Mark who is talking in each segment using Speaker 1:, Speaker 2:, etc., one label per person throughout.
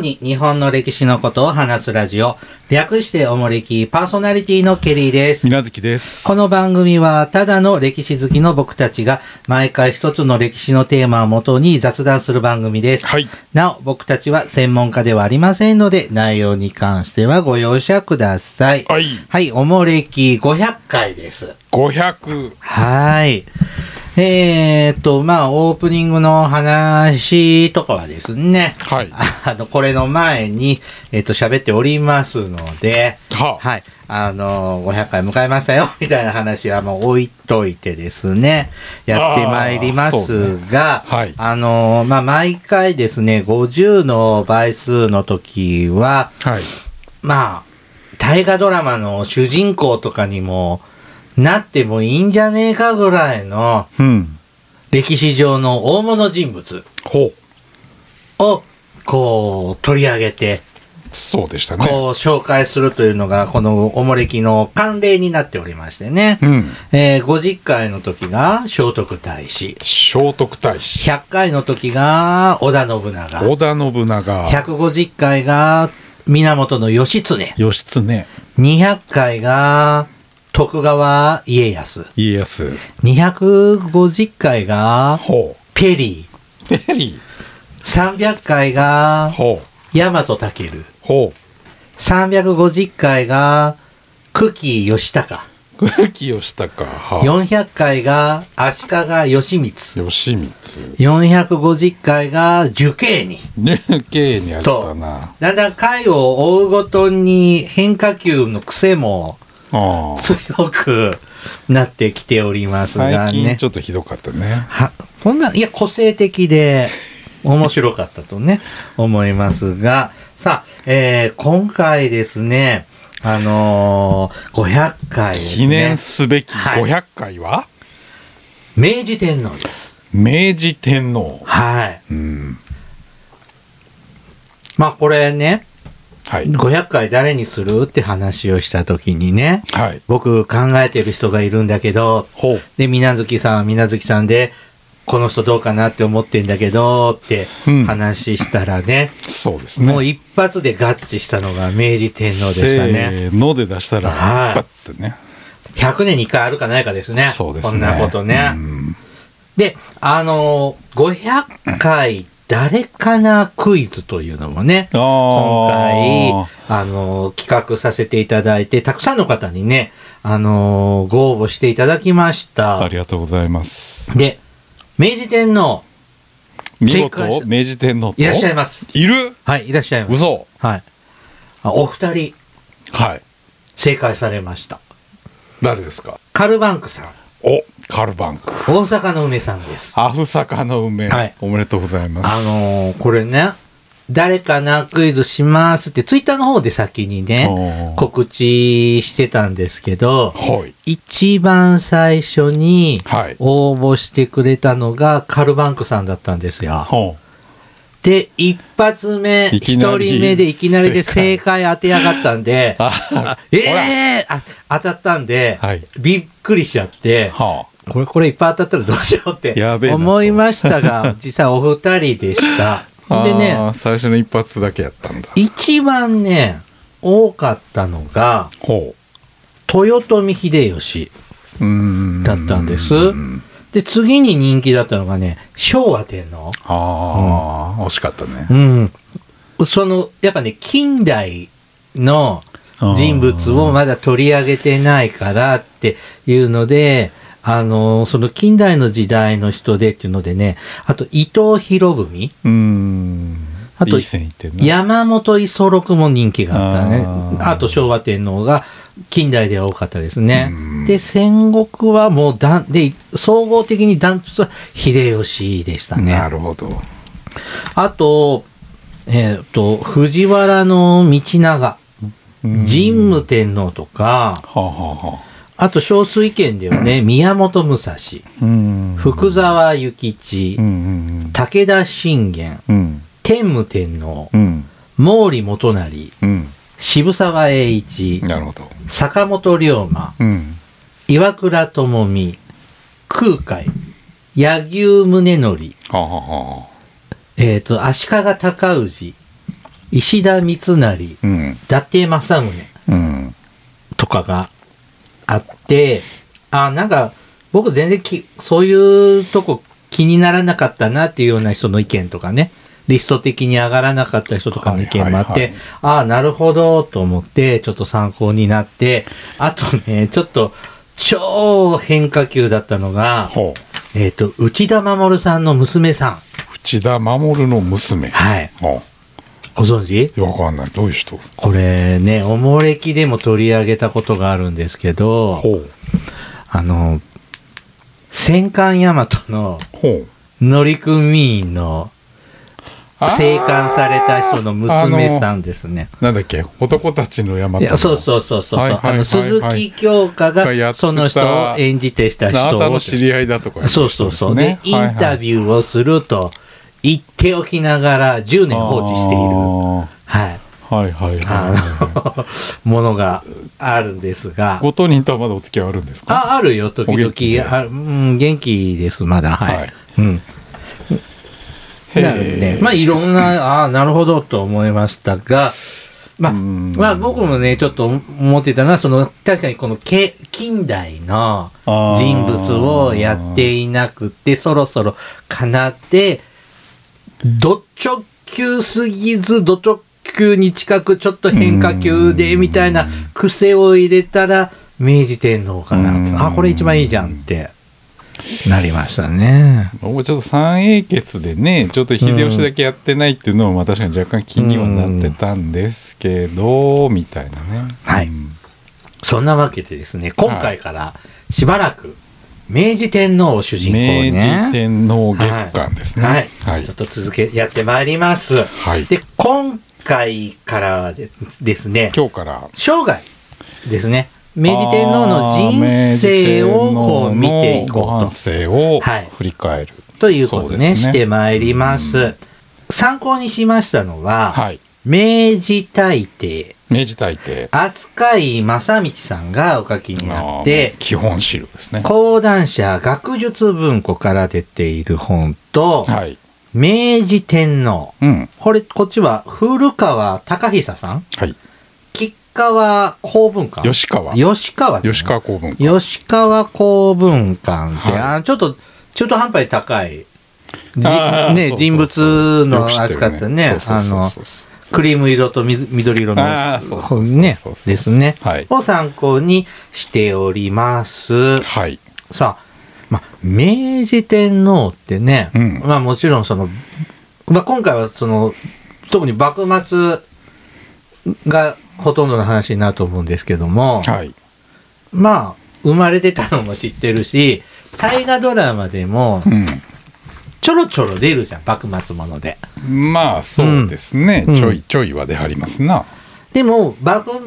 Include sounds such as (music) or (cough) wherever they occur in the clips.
Speaker 1: に日本の歴史のことを話すラジオ、略しておもれきパーソナリティのケリーです。
Speaker 2: みなずきです。
Speaker 1: この番組は、ただの歴史好きの僕たちが、毎回一つの歴史のテーマをもとに雑談する番組です。
Speaker 2: はい。
Speaker 1: なお、僕たちは専門家ではありませんので、内容に関してはご容赦ください。
Speaker 2: はい。
Speaker 1: はい、おもれき500回です。
Speaker 2: 500。
Speaker 1: はい。えー、っと、まあ、オープニングの話とかはですね、
Speaker 2: はい。
Speaker 1: あの、これの前に、えっ、と、喋っておりますので、
Speaker 2: はあ
Speaker 1: はい。あの、500回迎えましたよ、 (laughs) みたいな話はもう置いといてですね、やってまいりますが、
Speaker 2: あーそうねはい
Speaker 1: あの、まあ、毎回ですね、50の倍数の時は、
Speaker 2: はい。
Speaker 1: まあ、大河ドラマの主人公とかにも、なってもいいんじゃねえかぐらいの
Speaker 2: うん。
Speaker 1: 歴史上の大物人物
Speaker 2: ほ
Speaker 1: を、こう、取り上げて、
Speaker 2: う。そうでしたね。
Speaker 1: こう紹介するというのが、このおもれきの慣例になっておりましてね。
Speaker 2: うん。
Speaker 1: えー50回の時が聖徳太子。
Speaker 2: 聖徳太子。
Speaker 1: 100回の時が織田信長。
Speaker 2: 織田信長。
Speaker 1: 150回が源義経。
Speaker 2: 義経。
Speaker 1: 200回が徳川家康。
Speaker 2: 家康。
Speaker 1: 250回が
Speaker 2: ほ
Speaker 1: ペリー。
Speaker 2: う。ペリ
Speaker 1: 300回
Speaker 2: ー。
Speaker 1: が
Speaker 2: ほう。
Speaker 1: 大和武。
Speaker 2: ほ
Speaker 1: 350回が久喜義高。
Speaker 2: う。久喜義高。は
Speaker 1: 400回が足利義満
Speaker 2: う。義満。
Speaker 1: 450回が樹形に
Speaker 2: ね、慶にあったな。
Speaker 1: だんだん回を追うごとに変化球の癖も
Speaker 2: ああ。
Speaker 1: 強くなってきておりますが
Speaker 2: 最近
Speaker 1: ね
Speaker 2: ちょっとひどかったね。
Speaker 1: はこんないや個性的で面白かったと
Speaker 2: (laughs)
Speaker 1: ね思いますがさあ、えー今回ですねあのー500回ですね
Speaker 2: 記念すべき
Speaker 1: はい
Speaker 2: 500回は、
Speaker 1: 明治天皇です
Speaker 2: 明治天皇。
Speaker 1: はい
Speaker 2: うん。
Speaker 1: まあこれね
Speaker 2: はい。
Speaker 1: 500回誰にするって話をした時にね
Speaker 2: はい。
Speaker 1: 僕考えてる人がいるんだけど
Speaker 2: ほう。
Speaker 1: で水無月さんは水無月さんでこの人どうかなって思ってんだけどって
Speaker 2: うん
Speaker 1: 話したらね、
Speaker 2: そうですね。
Speaker 1: もう一発で合致したのが明治天皇でしたね
Speaker 2: せーので出したら、
Speaker 1: はい
Speaker 2: パッとね。
Speaker 1: 100年に1回あるかないかですね
Speaker 2: そうですね。
Speaker 1: こんなことね、
Speaker 2: うん
Speaker 1: であのー500回誰かなクイズというのもね
Speaker 2: あ
Speaker 1: 今回
Speaker 2: ー、
Speaker 1: あの、企画させていただいて、たくさんの方にね、あの、ご応募していただきまし
Speaker 2: あ
Speaker 1: た。
Speaker 2: りがとうございます。
Speaker 1: で、明治天皇、
Speaker 2: 見
Speaker 1: 正解し
Speaker 2: 事、明治天皇と。
Speaker 1: いらっしゃいます。
Speaker 2: いる
Speaker 1: はい、いらっしゃいます。
Speaker 2: 嘘
Speaker 1: はい。あお二人、
Speaker 2: はい。
Speaker 1: 正解されました。
Speaker 2: 誰ですか
Speaker 1: カルバンクさん、
Speaker 2: お、カルバンク。
Speaker 1: 大阪の梅さんです。
Speaker 2: アフサカの梅、
Speaker 1: はい
Speaker 2: おめでとうございます。
Speaker 1: あのーこれね、誰かなクイズしますって、ツイッターの方で先にね、
Speaker 2: おー
Speaker 1: 告知してたんですけど、
Speaker 2: はい。
Speaker 1: 一番最初に
Speaker 2: はい
Speaker 1: 応募してくれたのがカルバンクさんだったんですよ。
Speaker 2: ほ
Speaker 1: で、一発目、
Speaker 2: い
Speaker 1: 一
Speaker 2: きな
Speaker 1: 人
Speaker 2: り
Speaker 1: 目でいきなりで正
Speaker 2: 正
Speaker 1: 解当てやがったんで、
Speaker 2: あ
Speaker 1: え
Speaker 2: ほら
Speaker 1: えー、あ当たったんで、
Speaker 2: はい
Speaker 1: びっくりしちゃって
Speaker 2: う。、は
Speaker 1: これこれいっぱい当たったらどうしようって
Speaker 2: やべえなと
Speaker 1: 思いました
Speaker 2: (laughs)
Speaker 1: が、実際お二人でした。
Speaker 2: あ。
Speaker 1: で
Speaker 2: あ
Speaker 1: ね、
Speaker 2: ー。最初の一発だけやったんだ。
Speaker 1: 一番ね、多かったのが、
Speaker 2: ほ
Speaker 1: 豊臣秀吉。
Speaker 2: う。うーん。
Speaker 1: だったんです
Speaker 2: うん
Speaker 1: で、次に人気だったのがね、昭和天皇。
Speaker 2: ああ、惜しかったね
Speaker 1: う。ん。その、やっぱね、近代の人物をまだ取り上げてないからっていうので、あの、その近代の時代の人でっていうのでね、あと伊藤博文、
Speaker 2: うーん。
Speaker 1: あと
Speaker 2: いい線いってんな。
Speaker 1: 山本五十六も人気があったね。
Speaker 2: あー
Speaker 1: あと昭和天皇が近代では多かったですね
Speaker 2: うん。
Speaker 1: で、戦国はもうだで、総合的にダントツは秀吉でしたね。
Speaker 2: なるほど。
Speaker 1: あと、えっ、と、藤原の道長、
Speaker 2: うん
Speaker 1: 神武天皇とか、
Speaker 2: はあ、はあはあ、
Speaker 1: あと、小水県ではね、宮本武蔵、
Speaker 2: うん
Speaker 1: 福沢諭吉
Speaker 2: う、ん
Speaker 1: 武田信玄、
Speaker 2: うんうん
Speaker 1: 天武天皇
Speaker 2: う、ん
Speaker 1: 毛利元就、
Speaker 2: うん
Speaker 1: 渋沢栄一
Speaker 2: うん、なるほど
Speaker 1: 坂本龍馬、
Speaker 2: うん
Speaker 1: 岩倉智美、空海、柳生宗則、
Speaker 2: はあはあはあ
Speaker 1: えっ、と、足利尊氏、石田三成、
Speaker 2: うん
Speaker 1: 伊達政宗
Speaker 2: うん
Speaker 1: とかがあって、あ、なんか僕全然きそういうとこ気にならなかったなっていうような人の意見とかね、リスト的に上がらなかった人とかの意見もあって、
Speaker 2: はいはいはい
Speaker 1: ああ、なるほどと思って、ちょっと参考になって、あとね、ちょっと超変化球だったのが、
Speaker 2: ほう
Speaker 1: えっ、と、内田守さんの娘さん。
Speaker 2: 内田守の娘
Speaker 1: はい。
Speaker 2: ほ
Speaker 1: ご存知
Speaker 2: うわかんないどういう人
Speaker 1: これね、おもれきでも取り上げたことがあるんですけど、
Speaker 2: ほう
Speaker 1: あの、戦艦大和の
Speaker 2: ほう
Speaker 1: 乗組員の
Speaker 2: あー
Speaker 1: 生還された人の娘さんですね。
Speaker 2: なんだっけ男たちの山
Speaker 1: いやそう
Speaker 2: う
Speaker 1: そうそうそう。
Speaker 2: はい
Speaker 1: そう
Speaker 2: はいはい
Speaker 1: あ
Speaker 2: はい
Speaker 1: の、鈴木京香
Speaker 2: がやって
Speaker 1: が
Speaker 2: た
Speaker 1: その人を演じてした
Speaker 2: あ
Speaker 1: 人
Speaker 2: なた
Speaker 1: を。
Speaker 2: の知り合いだとか
Speaker 1: そうそうそう。で、インタ
Speaker 2: ュー
Speaker 1: ビューをすると言っておきながら10年放置している。はい。
Speaker 2: はいはいはいはいはい
Speaker 1: あ
Speaker 2: (laughs)
Speaker 1: の、ものがあるんですが。
Speaker 2: ご当人とはまだお付き合いあるんですか
Speaker 1: あ、あるよ、時
Speaker 2: お元気で
Speaker 1: 々。あうん、元気です、まだ。はい。
Speaker 2: はい
Speaker 1: うん。
Speaker 2: へえ
Speaker 1: なのでね、まあいろんな、ああ、なるほどと思いましたが、まあ、
Speaker 2: うん
Speaker 1: まあ僕もね、ちょっと思ってたのは、その、確かにこのけ近代の
Speaker 2: あー
Speaker 1: 人物をやっていなくて、そろそろかなって、ど直球すぎず、ど直球に近く、ちょっと変化球で、みたいな癖を入れたら、明治天皇かな
Speaker 2: う
Speaker 1: と。
Speaker 2: ん
Speaker 1: あ、これ一番いいじゃんって、なりましたね。
Speaker 2: もうちょっと三英傑でねちょっと秀吉だけやってないっていうのもまあ確かに若干気にはなってたんですけど、みたいなね
Speaker 1: はい
Speaker 2: うん
Speaker 1: そんなわけでですね、今回からしばらく、明治天皇を主人公にね。
Speaker 2: 明治天皇月間ですね
Speaker 1: はい、
Speaker 2: はい
Speaker 1: ちょっと続け、やってまいります。
Speaker 2: はい
Speaker 1: で、今回からはでですね、
Speaker 2: 今日から
Speaker 1: 生涯ですね、明治天皇の人生をこう見ていこ
Speaker 2: あー
Speaker 1: う
Speaker 2: 明治天皇のご半生
Speaker 1: はい
Speaker 2: を振り返る、
Speaker 1: と。ということね、
Speaker 2: そう
Speaker 1: してまいります。参考にしましたのは、
Speaker 2: はい
Speaker 1: 明治大帝、
Speaker 2: 明治大帝
Speaker 1: 扱い正道さんがお書きになって
Speaker 2: あー、基本資料ですね
Speaker 1: 講談社学術文庫から出ている本と、
Speaker 2: はい
Speaker 1: 明治天皇。
Speaker 2: うん
Speaker 1: これ、こっちは古川隆久さん
Speaker 2: はい
Speaker 1: 吉川公文館。
Speaker 2: 吉川
Speaker 1: 吉川。
Speaker 2: 吉。川公文
Speaker 1: 吉川公文館って、
Speaker 2: はい
Speaker 1: あちょっと中途半端に高い。じ
Speaker 2: あー
Speaker 1: ね、
Speaker 2: そうそうそう
Speaker 1: 人物の
Speaker 2: よく知ってる
Speaker 1: 扱ったね、
Speaker 2: そう
Speaker 1: あ
Speaker 2: そう
Speaker 1: の
Speaker 2: そう、そう
Speaker 1: クリーム色とみ緑色
Speaker 2: あーそうそうそうそ
Speaker 1: の、
Speaker 2: う
Speaker 1: ね
Speaker 2: そうそう、そう
Speaker 1: ですね
Speaker 2: はい、
Speaker 1: を参考にしております。
Speaker 2: はい
Speaker 1: さあ、まあ、明治天皇ってね、
Speaker 2: うん
Speaker 1: まあもちろんその、まあ、今回はその特に幕末がほとんどの話になると思うんですけども、
Speaker 2: はい
Speaker 1: まあ生まれてたのも知ってるし大河ドラマでも
Speaker 2: う
Speaker 1: ちょろちょろ出るじゃん幕末もので。
Speaker 2: んまあそうですね、
Speaker 1: うん
Speaker 2: ちょいちょいは出はりますな
Speaker 1: でも幕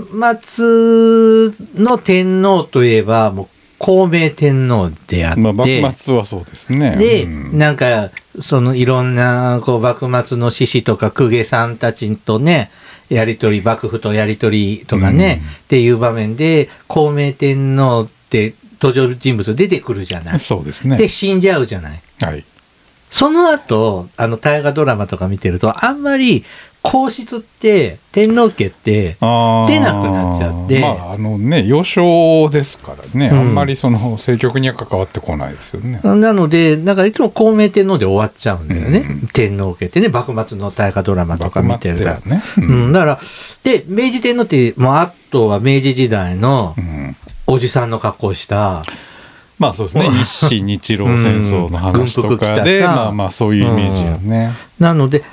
Speaker 1: 末の天皇といえばもう孔明天皇であって。
Speaker 2: まあ幕末はそうですね
Speaker 1: で、
Speaker 2: うん
Speaker 1: なんか、そのいろんな、こう、幕末の志士とか公家さんたちとね、やりとり、幕府とやりとりとかね、
Speaker 2: うん
Speaker 1: っていう場面で、孔明天皇って登場人物出てくるじゃない。
Speaker 2: そうですね
Speaker 1: で、死んじゃうじゃない。
Speaker 2: はい
Speaker 1: その後、あの、大河ドラマとか見てると、あんまり、皇室って、天皇家って、
Speaker 2: あー
Speaker 1: 出なくなっちゃって
Speaker 2: まああのね幼少ですからね、
Speaker 1: うん
Speaker 2: あんまりその政局には関わってこないですよね、
Speaker 1: なので、なんかいつも孔明天皇で終わっちゃうんだよね。
Speaker 2: うん
Speaker 1: 天皇家ってね、幕末の大河ドラマとか見
Speaker 2: 幕
Speaker 1: てる
Speaker 2: 末で
Speaker 1: から
Speaker 2: は。ね
Speaker 1: うん、だから、で、明治天皇って、もうあとは明治時代の
Speaker 2: うん
Speaker 1: おじさんの格好をした、
Speaker 2: まあそうですね
Speaker 1: うん
Speaker 2: 日清日露戦争の話と
Speaker 1: 軍
Speaker 2: か
Speaker 1: 服着
Speaker 2: で、
Speaker 1: たさ
Speaker 2: まあまあそういうイメージよね、
Speaker 1: なので、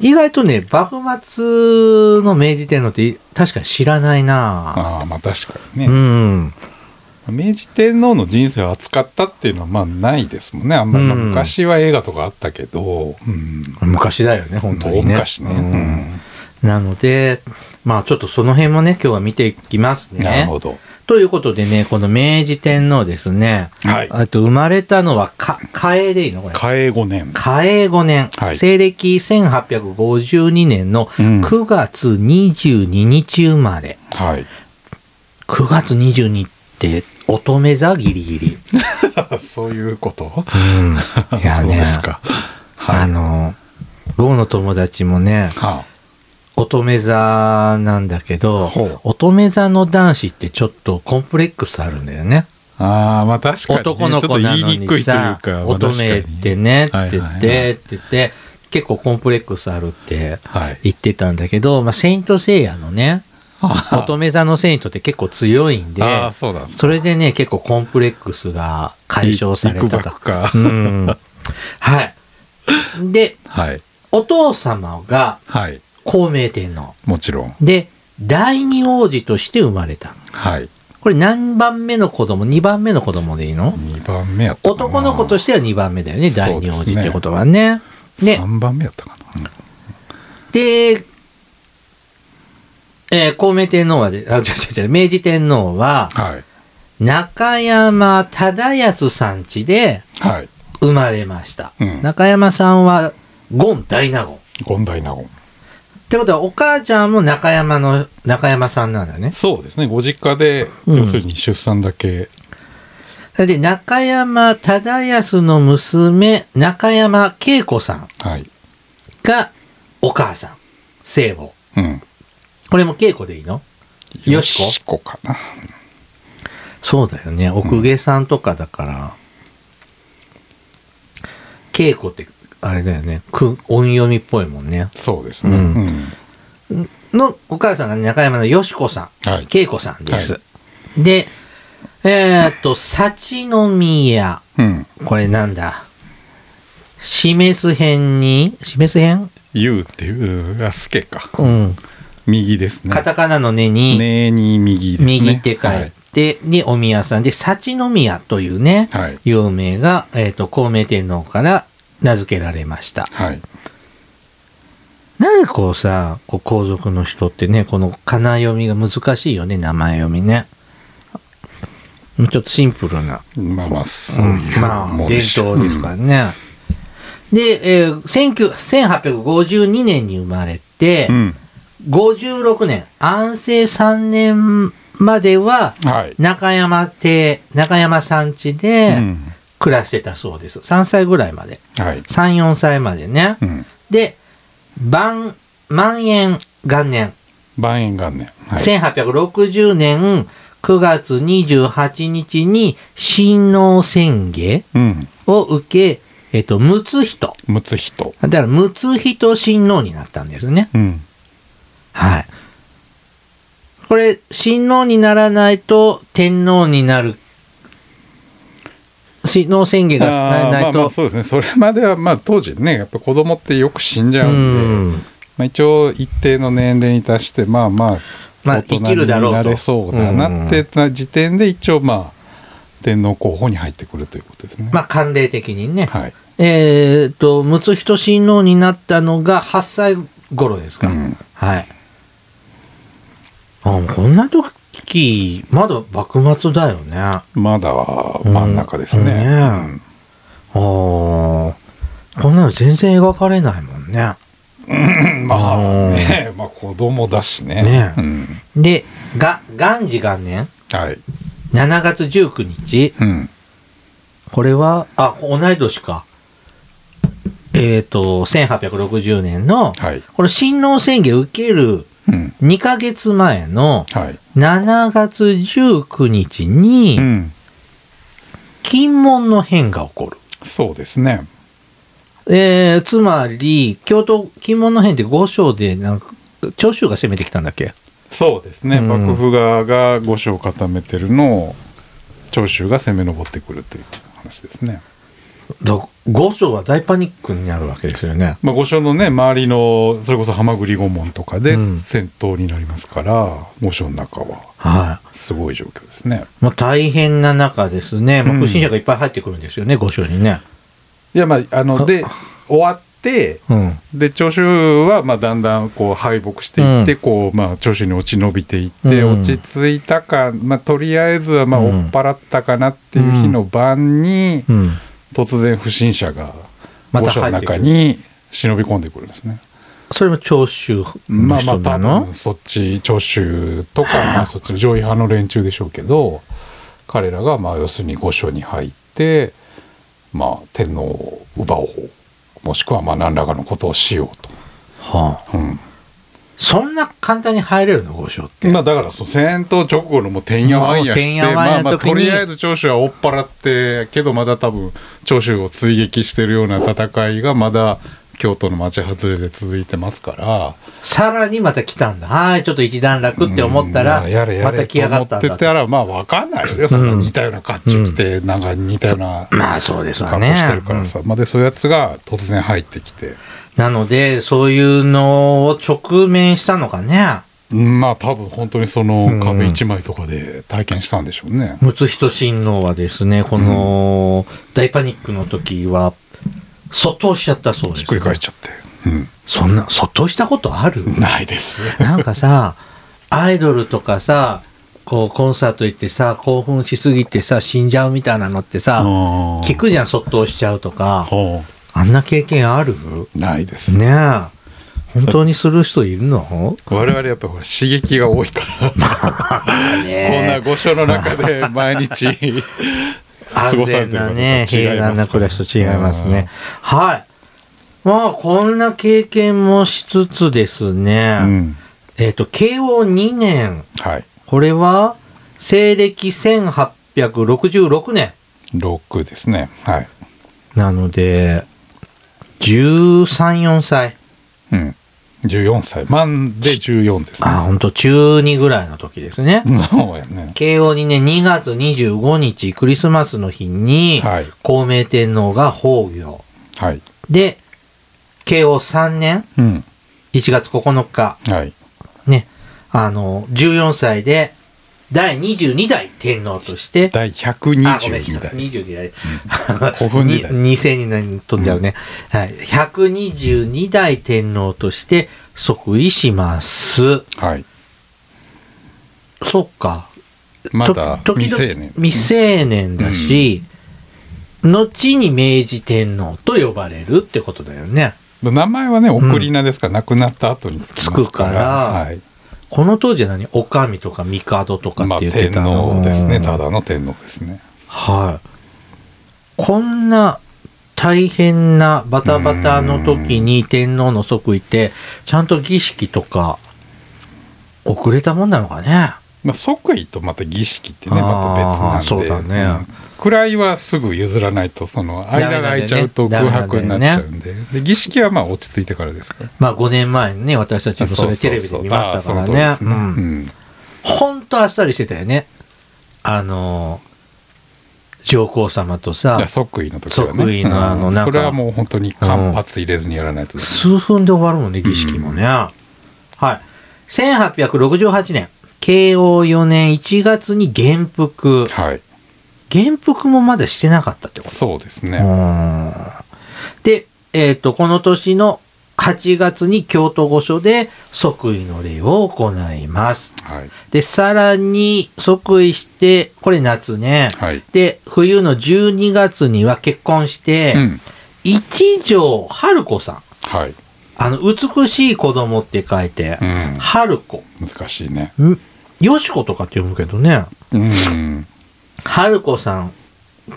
Speaker 1: 意外とね、幕末の明治天皇って確かに知らないな
Speaker 2: ああまあ確かに
Speaker 1: う
Speaker 2: ね、
Speaker 1: ん。
Speaker 2: 明治天皇の人生を扱ったっていうのはまあないですもんねあんまり、まあ
Speaker 1: うん
Speaker 2: 昔は映画とかあったけど、うん、
Speaker 1: 昔だよね、本当にね。
Speaker 2: 大昔ね、
Speaker 1: うんなので、まあちょっとその辺もね、今日は見ていきます
Speaker 2: うんなる
Speaker 1: ね。
Speaker 2: ほど
Speaker 1: ということでね、この明治天皇ですね。
Speaker 2: はい
Speaker 1: あと生まれたのは、か、嘉永でいいのこれ。
Speaker 2: 嘉永5年
Speaker 1: 嘉永5年、
Speaker 2: はい
Speaker 1: 西暦1852年の
Speaker 2: うん
Speaker 1: 9月22日生まれ。
Speaker 2: はい (laughs)
Speaker 1: 9月22日って乙女座ギリギリ。
Speaker 2: そういうこと
Speaker 1: うんいやね
Speaker 2: そうですか
Speaker 1: あの、僕の友達もね、
Speaker 2: は
Speaker 1: 乙女座なんだけど
Speaker 2: ほう
Speaker 1: 乙女座の男子ってちょっとコンプレックスあるんだよね
Speaker 2: ああまあ確かに、ね、
Speaker 1: 男の子な
Speaker 2: ちょ
Speaker 1: の
Speaker 2: っと言いに
Speaker 1: に
Speaker 2: くいという
Speaker 1: さ
Speaker 2: か、まあ
Speaker 1: 乙女ってねって言
Speaker 2: は
Speaker 1: っ
Speaker 2: いはいはい
Speaker 1: てって言って結構コンプレックスあるって
Speaker 2: 確かにはい
Speaker 1: 言ってたんだけど、まあ、セイント・セイヤのね乙女座のセイントって結構強いんで
Speaker 2: ああそうなんです
Speaker 1: それでね結構コンプレックスが解消され
Speaker 2: ビッ
Speaker 1: た
Speaker 2: グバ
Speaker 1: と
Speaker 2: ックか
Speaker 1: うんはいで
Speaker 2: はい
Speaker 1: お父様が
Speaker 2: はい
Speaker 1: 孔明天皇
Speaker 2: もちろん
Speaker 1: で第二王子として生まれたの
Speaker 2: はい
Speaker 1: これ何番目の子供2番目の子供でいいの
Speaker 2: 二番目やったかな
Speaker 1: 男の子としては2番目だよね
Speaker 2: そう
Speaker 1: 第
Speaker 2: ですね
Speaker 1: 二王子ってことはね。で
Speaker 2: 三番目やったかな、うん
Speaker 1: で、えー、孔明天皇はで、あ、違う違う違う、明治天皇は、
Speaker 2: はい
Speaker 1: 中山忠康さん家で
Speaker 2: はい
Speaker 1: 生まれました。
Speaker 2: うん
Speaker 1: 中山さんは、権大納言。っ
Speaker 2: 権大納言
Speaker 1: てことは、お母ちゃんも中山の、中山さんなんだよね。
Speaker 2: そうですねご実家で、
Speaker 1: うん
Speaker 2: 要するに出産だけ
Speaker 1: それで、中山忠康の娘、中山恵子さん
Speaker 2: はい
Speaker 1: が、お母さん、聖母。
Speaker 2: うん
Speaker 1: これも恵子でいいのよしこ
Speaker 2: よしこかな
Speaker 1: そうだよね奥下さんとかだから、稽古ってあれだよねく音読みっぽいもんね
Speaker 2: そうですね、
Speaker 1: う
Speaker 2: うんん
Speaker 1: のお母さんが中山のよしこさん、
Speaker 2: はい
Speaker 1: 稽古さんです、
Speaker 2: は
Speaker 1: でえーっと幸宮
Speaker 2: うん
Speaker 1: これなんだ示す編に示す編
Speaker 2: ゆうっていうあすけか
Speaker 1: うん
Speaker 2: 右ですね
Speaker 1: カタカナの根に、
Speaker 2: ねに右ですね
Speaker 1: 右って書いて、にお宮さんで幸宮というね、
Speaker 2: はい
Speaker 1: 有名が、えー、と孔明天皇から名付けられました。
Speaker 2: はい、はい、
Speaker 1: なんでこうさこう皇族の人ってねこの仮名読みが難しいよね名前読みね。ちょっとシンプルな、
Speaker 2: まあまあそういう
Speaker 1: うんまあ
Speaker 2: もん
Speaker 1: 伝
Speaker 2: でしょう
Speaker 1: 統ですからね。で、えー19 1852年に生まれて、
Speaker 2: うん、
Speaker 1: 56年安政3年までは
Speaker 2: うんはい、
Speaker 1: 中山邸中山さん家
Speaker 2: う
Speaker 1: で
Speaker 2: ん
Speaker 1: 暮らしてたそうです、3歳ぐらいまで
Speaker 2: はい、
Speaker 1: 34歳までね、
Speaker 2: うん、
Speaker 1: で晩万延元年、
Speaker 2: 万円元年、はい、
Speaker 1: 1860年9月28日に親王宣言
Speaker 2: うん
Speaker 1: を受け、えっと、睦人
Speaker 2: 睦人
Speaker 1: だから睦人親王になったんですね
Speaker 2: うん
Speaker 1: はいこれ親王にならないと天皇になる親王宣言が伝えな
Speaker 2: あーまあ
Speaker 1: いと
Speaker 2: まあそうですねそれまではまあ当時ねやっぱ子供ってよく死んじゃ
Speaker 1: う
Speaker 2: うん
Speaker 1: ん
Speaker 2: で、まあ、一応一定の年齢に達してまあまあ
Speaker 1: まあ
Speaker 2: 大人
Speaker 1: 生きるだろうと
Speaker 2: になれそうだなってな時点で一応まあ天皇候補に入ってくるということですね。
Speaker 1: まあ慣例的にね、
Speaker 2: はい、
Speaker 1: えーっと睦仁親王になったのが8歳頃ですか、
Speaker 2: うん
Speaker 1: はいあもうこんな時まだ幕末だよねあ
Speaker 2: まだ真ん中ですね。
Speaker 1: うんねあーこんなの全然描かれないもんね
Speaker 2: うんまあね、まあ子供だしね。
Speaker 1: ね
Speaker 2: うん、
Speaker 1: でが元治元年
Speaker 2: はい、
Speaker 1: 7月19日
Speaker 2: うん、
Speaker 1: これはあ同い年かえーっ、と1860年の、
Speaker 2: はい、
Speaker 1: この親王宣言受ける
Speaker 2: うん、
Speaker 1: 2ヶ月前の
Speaker 2: はい、
Speaker 1: 7月19日
Speaker 2: う
Speaker 1: に
Speaker 2: ん、
Speaker 1: 金門の変が起こる。
Speaker 2: そうですね。
Speaker 1: えー、つまり京都金門の変って五章でなんか長州が攻めてきたんだっけ
Speaker 2: そうですね、
Speaker 1: うん
Speaker 2: 幕府側が御所を固めてるのを長州が攻め上ってくるという話ですね。
Speaker 1: だ五章は大パニックになるわけですよね。
Speaker 2: まあ、御所のね周りのそれこそ蛤御門とかで
Speaker 1: うん
Speaker 2: 戦闘になりますから、御所の中は
Speaker 1: は
Speaker 2: すごい状況ですね。
Speaker 1: い。もう大変な中ですね。まあ、
Speaker 2: うん
Speaker 1: 不審者がいっぱい入ってくるんですよね、五章にね。
Speaker 2: いやまああので終わって
Speaker 1: うん。
Speaker 2: で長州はまあだんだんこう敗北していって、
Speaker 1: う
Speaker 2: こうまあ、長州に落ち延びていって、
Speaker 1: うん
Speaker 2: 落ち着いたか、まあ、とりあえずはまあ
Speaker 1: うん
Speaker 2: 追っ払ったかなっていう日の晩に、
Speaker 1: うん。
Speaker 2: 突然不審者が
Speaker 1: ま
Speaker 2: 御
Speaker 1: た
Speaker 2: 所
Speaker 1: 入
Speaker 2: の
Speaker 1: ってく
Speaker 2: 中
Speaker 1: る
Speaker 2: に忍び込んでくるんですね。
Speaker 1: それも長州の
Speaker 2: まあまあ
Speaker 1: 人
Speaker 2: 多
Speaker 1: なの、
Speaker 2: 分そっち長州と (laughs) か、まあ、そっちの上位派の連中でしょうけど彼らがまあ要するに御所に入って、まあ、天皇を奪おうもしくはまあ何らかのことをしよう
Speaker 1: はあ
Speaker 2: と、うん
Speaker 1: そんな簡単に入れるの豪商って。
Speaker 2: まあだからそう戦闘直後のもうてんやわんやし
Speaker 1: も
Speaker 2: て
Speaker 1: うてんやわんや
Speaker 2: まあまあ
Speaker 1: 時に
Speaker 2: とりあえず長州は追っ払ってけどまだ多分長州を追撃してるような戦いがまだ京都の町外れで続いてますから
Speaker 1: さらにまた来たんだ。はい、ちょっと一段落って思ったら、
Speaker 2: うんやれや
Speaker 1: ま
Speaker 2: れ
Speaker 1: た来
Speaker 2: と
Speaker 1: やが
Speaker 2: 思っ
Speaker 1: ったん
Speaker 2: て
Speaker 1: だ
Speaker 2: たらまあわかんないよねそんな似たような甲冑着てなんか似たような
Speaker 1: まあそうですわ
Speaker 2: 格好
Speaker 1: ね。
Speaker 2: してるからさ、まあでそういうやつが突然入ってきて
Speaker 1: なので、そういうのを直面したのかね。
Speaker 2: まあ多分本当にそ
Speaker 1: うん
Speaker 2: の壁一枚とかで体験したんでしょうね。
Speaker 1: ムツヒト親王はですね、この大パニックの時は、卒倒しちゃったそうです。
Speaker 2: ひっくり返しちゃって、う
Speaker 1: そんな、卒倒したことある
Speaker 2: ん、ないです。
Speaker 1: なんかさ、アイドルとかさ、こうコンサート行ってさ、興奮しすぎてさ、死んじゃうみたいなのってさ、聞
Speaker 2: 聞
Speaker 1: くじゃん、卒倒しちゃうとか。あんな経験ある
Speaker 2: ないです。
Speaker 1: ねえ。本当にする人いるの
Speaker 2: 我々やっぱほら刺激が多いから、こんな
Speaker 1: ね
Speaker 2: 五所の
Speaker 1: (laughs)
Speaker 2: 中で毎日過
Speaker 1: 安
Speaker 2: ごされ
Speaker 1: 全
Speaker 2: てる
Speaker 1: な
Speaker 2: 方と
Speaker 1: ね、
Speaker 2: 違い
Speaker 1: 平
Speaker 2: ま
Speaker 1: 安
Speaker 2: す
Speaker 1: な暮らしと違いますね。はい。まあ、こんな経験もしつつですね
Speaker 2: う、ん、
Speaker 1: えっ、と、慶応2年、
Speaker 2: はい。
Speaker 1: これは、西暦1866年。
Speaker 2: 六ですね。はい。
Speaker 1: なので、13、4歳。
Speaker 2: うん。十四歳。満で十四です
Speaker 1: あ、
Speaker 2: ね。
Speaker 1: ほんと、中2ぐらいの時ですね。
Speaker 2: そうやね。
Speaker 1: 慶応にね、2月25日、クリスマスの日に、
Speaker 2: はい
Speaker 1: 孝明天皇が崩御。
Speaker 2: はい。
Speaker 1: で、慶応3年、
Speaker 2: うん。
Speaker 1: 1月9日、
Speaker 2: はい。
Speaker 1: ね、あの、14歳で、第22代天皇として、
Speaker 2: 第
Speaker 1: あ、
Speaker 2: 百
Speaker 1: ごめん、
Speaker 2: 二十代。
Speaker 1: 22代。
Speaker 2: 古
Speaker 1: (laughs)
Speaker 2: 墳時代
Speaker 1: に2000になり飛んじゃうね、はい。122代天皇として即位します。
Speaker 2: はい。
Speaker 1: そっか。
Speaker 2: まだ
Speaker 1: と
Speaker 2: 未成年。
Speaker 1: 未成年だし、後に明治天皇と呼ばれるってことだよね。
Speaker 2: 名前はね送り名ですから、亡くなった後につきます
Speaker 1: つくか
Speaker 2: かららはい、
Speaker 1: この当時は何お上とか帝とか
Speaker 2: ま
Speaker 1: っ
Speaker 2: あ
Speaker 1: て言って
Speaker 2: 天
Speaker 1: たの、
Speaker 2: 皇ですね
Speaker 1: うん
Speaker 2: ただの天皇ですね
Speaker 1: はい。こんな大変なバタバタの時に天皇の即位って、ちゃんと儀式とか遅れたもんなのかね。
Speaker 2: まあ、即位とまた儀式ってね
Speaker 1: あー
Speaker 2: また別なんで
Speaker 1: そうだね
Speaker 2: ん位はすぐ譲らないとその間が空いちゃうと
Speaker 1: ダメ
Speaker 2: 空
Speaker 1: だね
Speaker 2: 白になっちゃうんで,、で儀式はまあ落ち着いてからですから
Speaker 1: まあ5年前にね、私たちもそれ
Speaker 2: う
Speaker 1: テレビで見ましたからね。
Speaker 2: あーそ
Speaker 1: うん
Speaker 2: の通りですねうん
Speaker 1: ほんとあっさりしてたよね。あのー、上皇様と
Speaker 2: い
Speaker 1: さ
Speaker 2: や、即位の時はね
Speaker 1: 即位のあの
Speaker 2: うん
Speaker 1: なんか
Speaker 2: それはもう本当に間髪入れずにやらないと、
Speaker 1: 数分で終わるもんね、儀式もね。はい。1868年、慶応4年1月に元服。
Speaker 2: はい
Speaker 1: 元服もまだしてなかったってこと
Speaker 2: そうです
Speaker 1: う
Speaker 2: ね、
Speaker 1: ーんで、えっ、と、この年の8月に京都御所で即位の礼を行います。
Speaker 2: はい
Speaker 1: で、さらに即位して、これ夏ね。
Speaker 2: はい
Speaker 1: で、冬の12月には結婚して、
Speaker 2: うん
Speaker 1: 一条春子さん。
Speaker 2: はい、
Speaker 1: あの、美しい子供って書いて、
Speaker 2: う
Speaker 1: 春子。
Speaker 2: ん、難しいね
Speaker 1: んよし子とかって読むけどね。
Speaker 2: うん
Speaker 1: 春子さん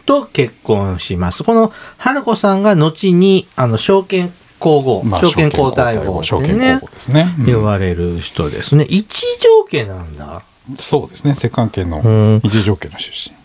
Speaker 1: と結婚します。この春子さんが後に、あの、証券皇后、
Speaker 2: まあ
Speaker 1: 証券皇太后
Speaker 2: 証
Speaker 1: って
Speaker 2: 券
Speaker 1: ね
Speaker 2: 皇后、ですね。
Speaker 1: 呼ばれる人ですね。一条家なんだ。
Speaker 2: うんそうですね。摂関家
Speaker 1: う
Speaker 2: の
Speaker 1: ん
Speaker 2: 一条家の出身。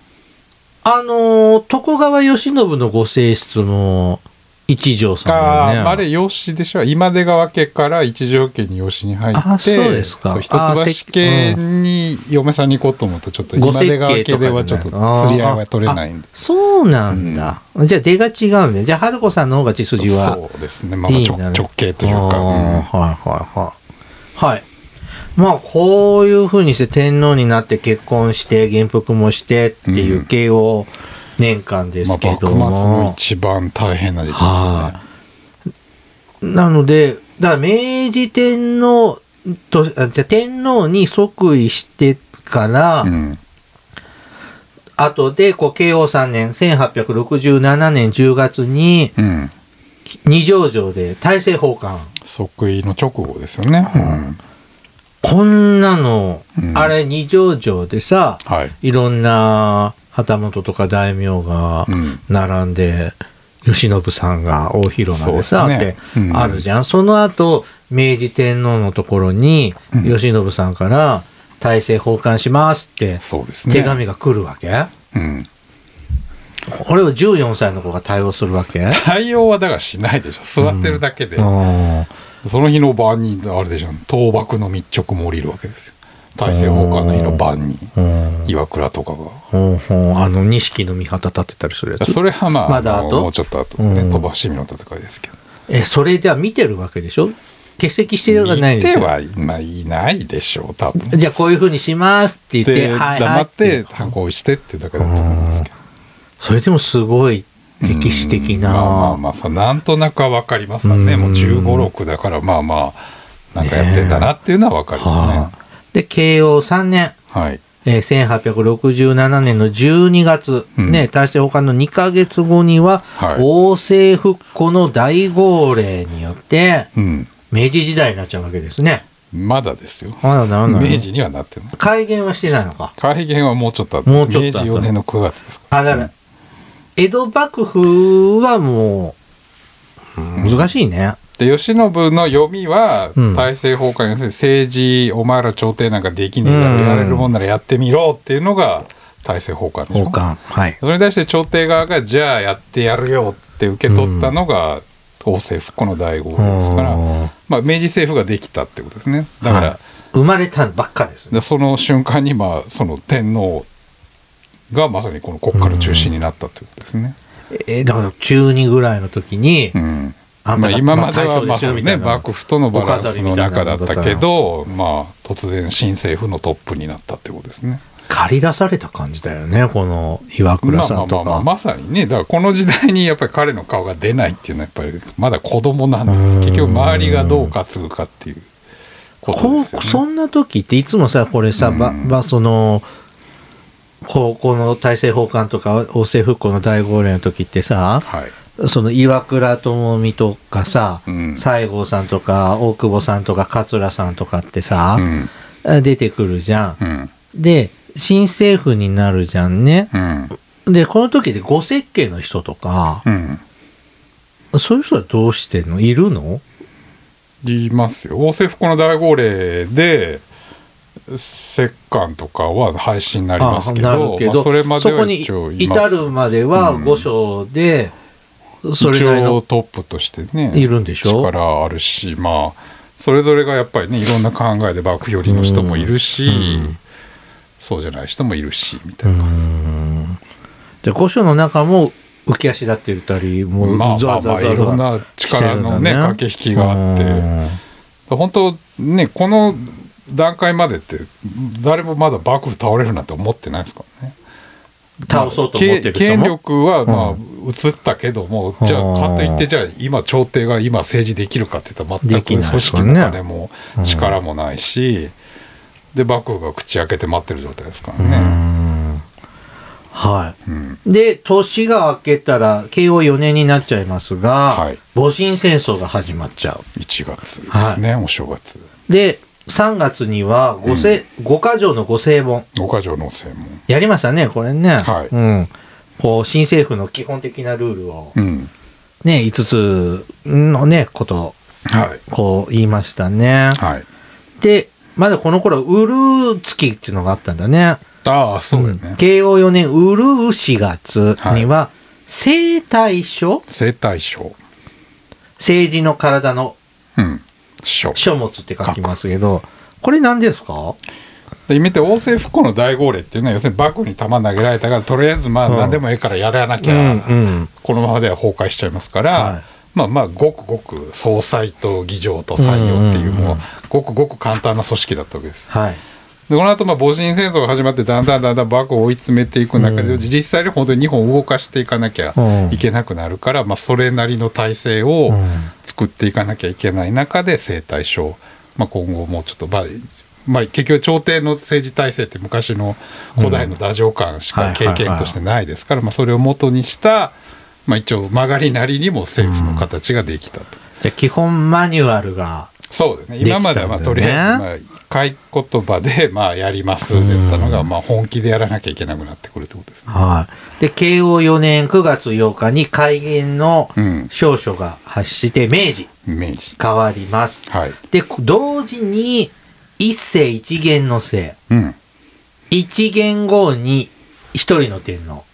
Speaker 1: あのー徳川慶喜のご正室も一条さんだよ
Speaker 2: あ
Speaker 1: ね。
Speaker 2: あれ養子でしょ。今出川家から一条家に養子に入って、
Speaker 1: あそうですか
Speaker 2: そう一
Speaker 1: あー
Speaker 2: 橋家に嫁さんに行こうと思うとちょっと
Speaker 1: ご
Speaker 2: 今
Speaker 1: 設
Speaker 2: 出川
Speaker 1: 計
Speaker 2: 家
Speaker 1: とか
Speaker 2: で
Speaker 1: にな
Speaker 2: は
Speaker 1: る
Speaker 2: ちょっと釣り合いは取れないんで。
Speaker 1: そうなんだ。じゃあ出が違うんで。じゃあ春子さんの方が血筋は。
Speaker 2: そうですね。まあまあ
Speaker 1: いい
Speaker 2: 直
Speaker 1: な
Speaker 2: 直系というか。
Speaker 1: あ
Speaker 2: う
Speaker 1: ーはいは
Speaker 2: ん
Speaker 1: いはい。はい。まあ、こういうふうにして天皇になって結婚して、元服もしてっていううん慶応年間で
Speaker 2: まあ
Speaker 1: すけ
Speaker 2: 幕
Speaker 1: ど
Speaker 2: 末
Speaker 1: も。
Speaker 2: の一番大変な時期ですね。
Speaker 1: はい。なので、だから明治天皇と、あじゃあ天皇に即位してから、
Speaker 2: うん
Speaker 1: 後で、こう、慶応3年、1867年10月に、
Speaker 2: うん。
Speaker 1: 二条城で大政奉還。
Speaker 2: 即位の直後ですよね。うん
Speaker 1: こんなの、
Speaker 2: うん
Speaker 1: あれ二条城でさ、
Speaker 2: はい。
Speaker 1: いろんな旗本とか大名が
Speaker 2: うん
Speaker 1: 並んで、慶喜さんが大広間でさ、
Speaker 2: そうだ
Speaker 1: って
Speaker 2: ねうん
Speaker 1: あるじゃん、その後明治天皇のところに
Speaker 2: うん
Speaker 1: 慶喜さんから「大政奉還します」って
Speaker 2: そうですね
Speaker 1: 手紙が来るわけ、
Speaker 2: うん
Speaker 1: これを14歳の子が対応するわけ
Speaker 2: 対応はだからしないでしょ座ってるだけで、
Speaker 1: あ
Speaker 2: その日の晩にあれでしょ倒幕の密直も降りるわけですよ大政奉還の日の晩に
Speaker 1: ーうん
Speaker 2: 岩倉とかが
Speaker 1: ほうほうあの錦の御旗立てたりするやつ
Speaker 2: それはまあ
Speaker 1: まだ
Speaker 2: あの
Speaker 1: 後
Speaker 2: もうちょっと後でね
Speaker 1: うん
Speaker 2: 鳥羽伏見の戦いですけど
Speaker 1: えそれじゃあ見てるわけでしょ欠席してるわけないんです
Speaker 2: 見て
Speaker 1: よ
Speaker 2: は、まあ、いないでしょう多分
Speaker 1: じゃあこういうふうにしますって言って、
Speaker 2: で
Speaker 1: はいは
Speaker 2: 黙
Speaker 1: い
Speaker 2: っ
Speaker 1: って
Speaker 2: て反抗してっていうだけだと思うんですけど
Speaker 1: それでもすごい歴史的な、
Speaker 2: うんまあまあまあそうなんとなくは分かりますわね
Speaker 1: うん
Speaker 2: もう1 5六6だからまあまあなんかやってんだなっていうのは分かるよね
Speaker 1: はあで慶応3年、
Speaker 2: はい
Speaker 1: えー1867年の12月、
Speaker 2: うん
Speaker 1: ね大政奉還の2ヶ月後には、
Speaker 2: はい
Speaker 1: 王政復古の大号令によって
Speaker 2: うん
Speaker 1: 明治時代になっちゃうわけですね
Speaker 2: まだですよ
Speaker 1: まだならないの
Speaker 2: 明治にはなってない
Speaker 1: 改元はしてないのか
Speaker 2: 改元はもうちょっと後
Speaker 1: もうちょっと
Speaker 2: 明
Speaker 1: 後
Speaker 2: 治4年の9月ですか
Speaker 1: あだから、江戸幕府はもううん難しいね、
Speaker 2: で慶喜の読みは
Speaker 1: うん
Speaker 2: 大政奉還要するに政治お前ら朝廷なんかできねえだろ、
Speaker 1: うん
Speaker 2: やれるもんならやってみろっていうのが大政奉還でしょ
Speaker 1: 奉還はい
Speaker 2: それに対して朝廷側がじゃあやってやるよって受け取ったのが王政復古の第五ですから、
Speaker 1: うん
Speaker 2: まあ、明治政府ができたってことですねだから、
Speaker 1: はい生まれたばっかですね
Speaker 2: でその瞬間にまあその天皇がまさにこの国家の中心になったということですね。
Speaker 1: えーだから中2ぐらいの時に、
Speaker 2: うん
Speaker 1: あんた
Speaker 2: まあ、
Speaker 1: が
Speaker 2: 今まで
Speaker 1: まあ大
Speaker 2: は
Speaker 1: 将
Speaker 2: まあ
Speaker 1: ですよ
Speaker 2: その
Speaker 1: みた
Speaker 2: ね
Speaker 1: いな
Speaker 2: 幕府とのバランスの中だったけ
Speaker 1: お飾りみたいな
Speaker 2: どまあ突然新政府のトップになったってことですね。
Speaker 1: 借り出された感じだよねこの岩
Speaker 2: ま
Speaker 1: 倉
Speaker 2: あま
Speaker 1: さ
Speaker 2: あ
Speaker 1: ん
Speaker 2: まあ
Speaker 1: と
Speaker 2: まあ
Speaker 1: か。
Speaker 2: まさにねだからこの時代にやっぱり彼の顔が出ないっていうのはやっぱりまだ子供なんで
Speaker 1: うん
Speaker 2: 結局周りがどう担ぐかっていうこと
Speaker 1: こ
Speaker 2: ですよ
Speaker 1: う
Speaker 2: ね。
Speaker 1: そんな時っていつもさこれさ、
Speaker 2: うん
Speaker 1: ばばその高校の大政奉還とか王政復古の大号令の時ってさ
Speaker 2: はい
Speaker 1: その岩倉智美とかさ、
Speaker 2: うん
Speaker 1: 西郷さんとか大久保さんとか桂さんとかって
Speaker 2: う
Speaker 1: さ、
Speaker 2: ん
Speaker 1: 出てくるじゃん。
Speaker 2: うん
Speaker 1: で新政府になるじゃんね。
Speaker 2: うん
Speaker 1: でこの時で五設計の人とか
Speaker 2: う、ん
Speaker 1: そういう人はどうしてんのいるの
Speaker 2: 言いますよ王政復古の大号令で摂関とかは廃止になりますけ
Speaker 1: あ
Speaker 2: ど
Speaker 1: なるけど
Speaker 2: まあそれまで
Speaker 1: そこ
Speaker 2: は
Speaker 1: に
Speaker 2: 一応います
Speaker 1: 至るまでは
Speaker 2: うん
Speaker 1: 5章で、それなり
Speaker 2: 一応
Speaker 1: の
Speaker 2: トップとしてね
Speaker 1: いるんでしょ
Speaker 2: 力あるしまあそれぞれがやっぱりねいろんな考えで幕府寄りの人もいるし、
Speaker 1: うん
Speaker 2: そうじゃない人もいるしみた
Speaker 1: う
Speaker 2: い
Speaker 1: ー
Speaker 2: な、
Speaker 1: んで5章の中も浮き足立って言ったりもう
Speaker 2: まあ
Speaker 1: ざ
Speaker 2: ま
Speaker 1: わ
Speaker 2: あ
Speaker 1: ざ
Speaker 2: まあ
Speaker 1: わ
Speaker 2: い
Speaker 1: ざわざ
Speaker 2: ろん
Speaker 1: わ
Speaker 2: な力のね
Speaker 1: してるんだね
Speaker 2: 駆け引きがあって、本当ねこの段階までって誰もまだ幕府倒れるなんて思ってないですからね。
Speaker 1: 倒そうと思ってる人
Speaker 2: 権
Speaker 1: も
Speaker 2: 力は
Speaker 1: う
Speaker 2: まあ移ったけども、じゃ
Speaker 1: うん
Speaker 2: あかといってじゃあ今朝廷が今政治できるかって言ったら
Speaker 1: で
Speaker 2: 全く
Speaker 1: き
Speaker 2: 組
Speaker 1: ないです
Speaker 2: 織
Speaker 1: よね
Speaker 2: の金も力もないし、で幕府が口開けて待ってる状態ですから
Speaker 1: うー
Speaker 2: ね。
Speaker 1: んは
Speaker 2: うん
Speaker 1: いで年が明けたら慶応4年になっちゃいますが、
Speaker 2: はい
Speaker 1: 戊辰戦争が始まっちゃう
Speaker 2: 1月ですね、お正月
Speaker 1: で3月には五世、五箇条の五正本
Speaker 2: 五箇条の正門。
Speaker 1: やりましたねこれね、
Speaker 2: はい
Speaker 1: うん、こう新政府の基本的なルールを
Speaker 2: うん
Speaker 1: ね5つのねこと
Speaker 2: はい
Speaker 1: こう言いましたね、
Speaker 2: はい、
Speaker 1: でまだこの頃うるう月っていうのがあったんだね
Speaker 2: ああそうよね。
Speaker 1: ん慶応4年うるう4月には政体書
Speaker 2: 生体省。
Speaker 1: 政治の体の
Speaker 2: うん。省。
Speaker 1: 書物って書きますけどこれ何ですか
Speaker 2: で見て王政復古の大号令っていうのは要するに幕府に玉投げられたからとりあえずまあ
Speaker 1: うん
Speaker 2: 何でもええからやらなき
Speaker 1: う
Speaker 2: ゃ、
Speaker 1: んうん
Speaker 2: このままでは崩壊しちゃいますから、
Speaker 1: はい
Speaker 2: まあまあごくごく総裁と議場と採用っていう
Speaker 1: うんうんうん
Speaker 2: もうごくごく簡単な組織だったわけです。
Speaker 1: はい
Speaker 2: でこの後まあ戊辰戦争が始まってだんだんだんだん幕府を追い詰めていく中で、
Speaker 1: うん
Speaker 2: 実際に本当に日本を動かしていかなきゃいけなくなるから、まあ、それなりの体制を、
Speaker 1: うん
Speaker 2: 作っていかなきゃいけない中で生態症、まあ、今後もうちょっと、まあまあ、結局朝廷の政治体制って昔の古代の太政官
Speaker 1: う
Speaker 2: し
Speaker 1: ん
Speaker 2: か経験としてないですから、まあ、それを元にした、まあ、一応曲がりなりにも政府の形ができたと。
Speaker 1: じゃあ基本マニュアルが
Speaker 2: そうですね
Speaker 1: できた
Speaker 2: 今
Speaker 1: んだ
Speaker 2: ま
Speaker 1: ね
Speaker 2: ではまあとりあえずまあ買い言葉で、まあ、やりますだったのが、まあ、本気でやらなきゃいけなくなってくるってことですね。
Speaker 1: はい。で、慶応4年9月8日に改元の
Speaker 2: うん
Speaker 1: 証書が発して、明治
Speaker 2: 明治。
Speaker 1: 変わります。
Speaker 2: はい。
Speaker 1: で、同時に、一世一元の世、
Speaker 2: うん。
Speaker 1: 一元後に一人の天皇。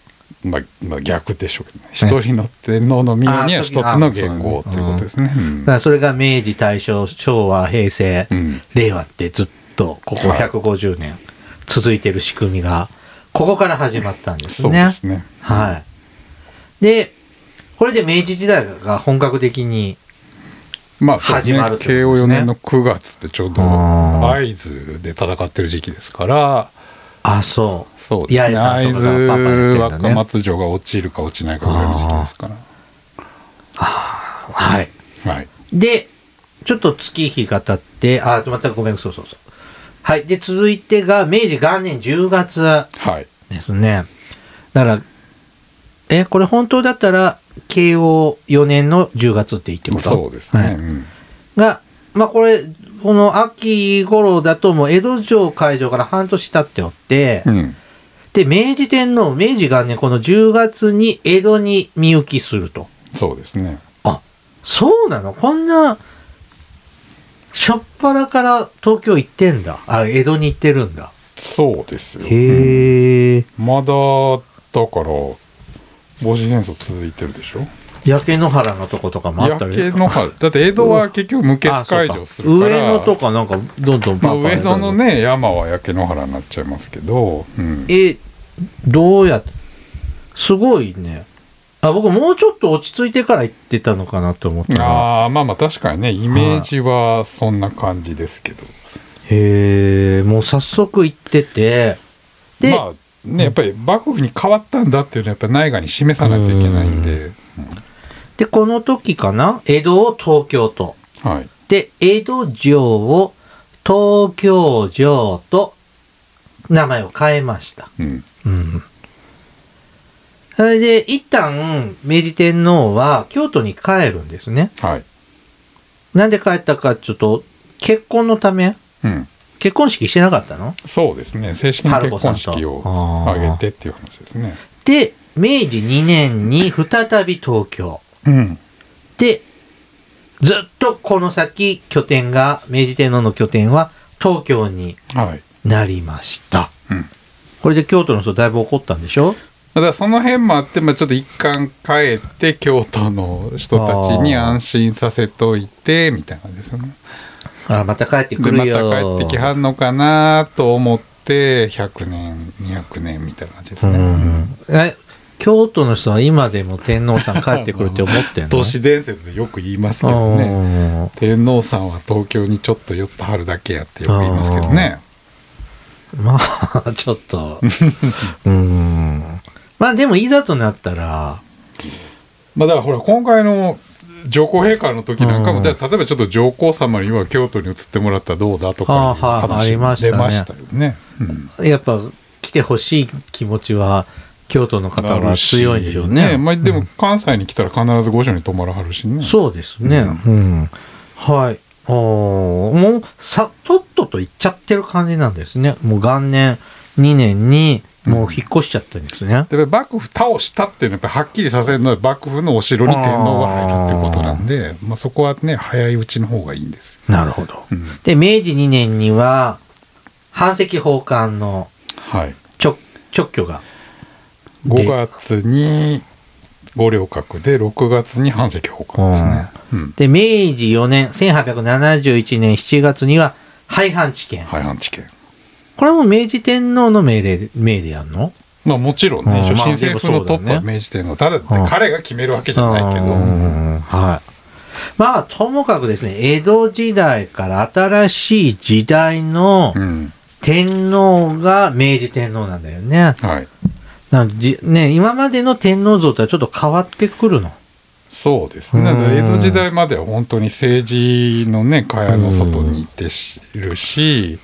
Speaker 2: まあ、まあ、逆でしょうけどね。一人の天皇の御代には一つの元号ということですね。うん
Speaker 1: だからそれが明治、大正、昭和、平成、
Speaker 2: うん
Speaker 1: 令和ってずっとここ
Speaker 2: はい
Speaker 1: 150年続いてる仕組みが、ここから始まったんです
Speaker 2: そう
Speaker 1: ね。
Speaker 2: ですね。
Speaker 1: はい。で、これで明治時代が本格的に、
Speaker 2: まあ、そうです
Speaker 1: 始ま
Speaker 2: ね
Speaker 1: るってことですね
Speaker 2: 慶応4年の9月ってちょうど
Speaker 1: あー
Speaker 2: 会津で戦ってる時期ですから、
Speaker 1: あ、そう。
Speaker 2: そうですね。
Speaker 1: 八重
Speaker 2: 会
Speaker 1: さ
Speaker 2: 津
Speaker 1: んとかがパパやってんだね
Speaker 2: 若松城が落ちるか落ちないかぐらいの時期ですから。
Speaker 1: はい。
Speaker 2: はい。
Speaker 1: で、ちょっと月日が経って、あ、またごめん、そうそうそう。はい。で、続いてが、明治元年10月
Speaker 2: はい。
Speaker 1: ですね。だから、え、これ本当だったら、慶応4年の10月って言ってこと
Speaker 2: そうですね。
Speaker 1: はい
Speaker 2: うん
Speaker 1: が、まあこれ、この秋頃だともう江戸城会場から半年経っておって、
Speaker 2: うん。
Speaker 1: で、明治天皇、明治元年、この10月に江戸に身行きすると。
Speaker 2: そうですね。
Speaker 1: あ、そうなのこんな、しょっぱらから東京行ってんだ。あ、江戸に行ってるんだ。
Speaker 2: そうですよ。
Speaker 1: へえ。
Speaker 2: まだ、だから、戊子戦争続いてるでしょ
Speaker 1: 焼け野原のとことかもあった
Speaker 2: 焼
Speaker 1: り
Speaker 2: け野原。だって江戸は結局無血
Speaker 1: あそう
Speaker 2: 解
Speaker 1: か
Speaker 2: 除するから。
Speaker 1: 上野とかなんかどんどん
Speaker 2: まあ
Speaker 1: バンバン
Speaker 2: 上野のね、山は焼け野原になっちゃいますけど、うん
Speaker 1: えどうやってすごいねあ僕もうちょっと落ち着いてから行ってたのかなと思ったら
Speaker 2: ああまあまあ確かにねイメージはそんな感じですけど、
Speaker 1: へえもう早速行っててで、
Speaker 2: まあねやっぱり幕府に変わったんだっていうのはやっぱ内外に示さないといけないんで、
Speaker 1: でこの時かな江戸を東京と
Speaker 2: うんはい
Speaker 1: で江戸城を東京城と名前を変えました
Speaker 2: うん
Speaker 1: うんそれで一旦明治天皇は京都に帰るんですね
Speaker 2: はい
Speaker 1: なんで帰ったかちょっと結婚のため
Speaker 2: うん
Speaker 1: 結婚式してなかったの
Speaker 2: そうですね正式に結婚式を挙げてっていう話ですね
Speaker 1: で明治2年に再び東京
Speaker 2: うん
Speaker 1: でずっとこの先拠点が明治天皇の拠点は東京に
Speaker 2: はい、
Speaker 1: なりました
Speaker 2: うん、
Speaker 1: これで京都の人だいぶ怒ったんでしょ
Speaker 2: だからその辺もあって、まあ、ちょっと一貫帰って京都の人たちに安心させといてみたいなんですよね
Speaker 1: あまた帰って
Speaker 2: で
Speaker 1: く
Speaker 2: ま
Speaker 1: る
Speaker 2: た
Speaker 1: よ
Speaker 2: 帰ってきはんのかなと思って100年200年みたいな感じですね、
Speaker 1: うんえ京都の人は今でも天皇さん帰ってくるって思ってん
Speaker 2: (laughs)
Speaker 1: の
Speaker 2: 都市伝説でよく言いますけ
Speaker 1: あ
Speaker 2: どね
Speaker 1: ー
Speaker 2: 天皇さんは東京にちょっと寄ってはるだけやってよく言いますけどね
Speaker 1: まあ、 (laughs) ちょっ
Speaker 2: (laughs)
Speaker 1: と。うーん。まあでも、いざとなったら、
Speaker 2: まあだからほら今回の上皇陛下の時なんかも、
Speaker 1: うん
Speaker 2: だから例えばちょっと上皇様に今京都に移ってもらったらどうだとかいう
Speaker 1: あはいあ
Speaker 2: 話
Speaker 1: り
Speaker 2: も
Speaker 1: ましたね
Speaker 2: 出ましたよね。うん
Speaker 1: やっぱ来てほしい気持ちは、京都の方は強いんでしょう
Speaker 2: ある
Speaker 1: ね。
Speaker 2: しまあ、でも関西に来たら必ず御所に泊まらはるしね。
Speaker 1: そうですね。うん。はい。あーもう、さ、とっとと行っちゃってる感じなんですね。もう元年、2年に、もう引っ越しちゃったんですね。
Speaker 2: で幕府倒したっていうのはやっぱりはっきりさせるのは幕府のお城に天皇が入るっていうことなんでまあ、そこはね早いうちの方がいいんですよ。
Speaker 1: なるほど。
Speaker 2: うん
Speaker 1: で、明治2年には、版籍奉還の
Speaker 2: はい、
Speaker 1: 直、直居が。で
Speaker 2: 5月に五稜郭で6月に半石奉還ですね。うん、
Speaker 1: で、明治4年、1871年7月には、廃藩置県。
Speaker 2: 廃藩置県。
Speaker 1: これも明治天皇の命令で、命でやるの
Speaker 2: まあもちろん
Speaker 1: うん
Speaker 2: ね、一応
Speaker 1: まあ
Speaker 2: 新政府のトップ
Speaker 1: でもそ
Speaker 2: は
Speaker 1: うだ
Speaker 2: 明治天皇、ただね
Speaker 1: うん
Speaker 2: 彼が決めるわけじゃないけ
Speaker 1: う
Speaker 2: ど、
Speaker 1: んはい。まあ、ともかくですね、江戸時代から新しい時代の
Speaker 2: うん、
Speaker 1: 天皇が明治天皇なんだよね。
Speaker 2: はい、
Speaker 1: なんでじね、今までの天皇像とはちょっと変わってくるの。
Speaker 2: そうですね。
Speaker 1: うん
Speaker 2: だから江戸時代までは本当に政治のね、蚊帳の外にいてしるし、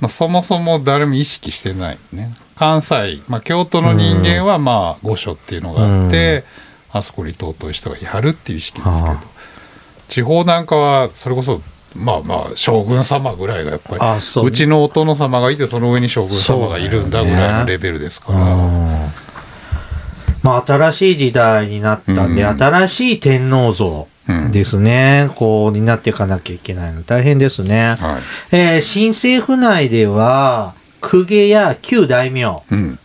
Speaker 2: まあそもそも誰も意識してないね。関西、まあ京都の人間はまあ御所っていうのがあって、あそこに尊い人がやるっていう意識ですけど
Speaker 1: はあ、
Speaker 2: 地方なんかはそれこそまあまあ将軍様ぐらいがやっぱり
Speaker 1: あそう
Speaker 2: うちのお殿様がいてその上に将軍様がいるんだぐらいのレベルですから、
Speaker 1: まあ、新しい時代になったんで、
Speaker 2: うん
Speaker 1: 新しい天皇像
Speaker 2: うん
Speaker 1: ですね、こう、になっていかなきゃいけないの、大変ですね。
Speaker 2: はい
Speaker 1: えー新政府内では、公家や旧大名
Speaker 2: うん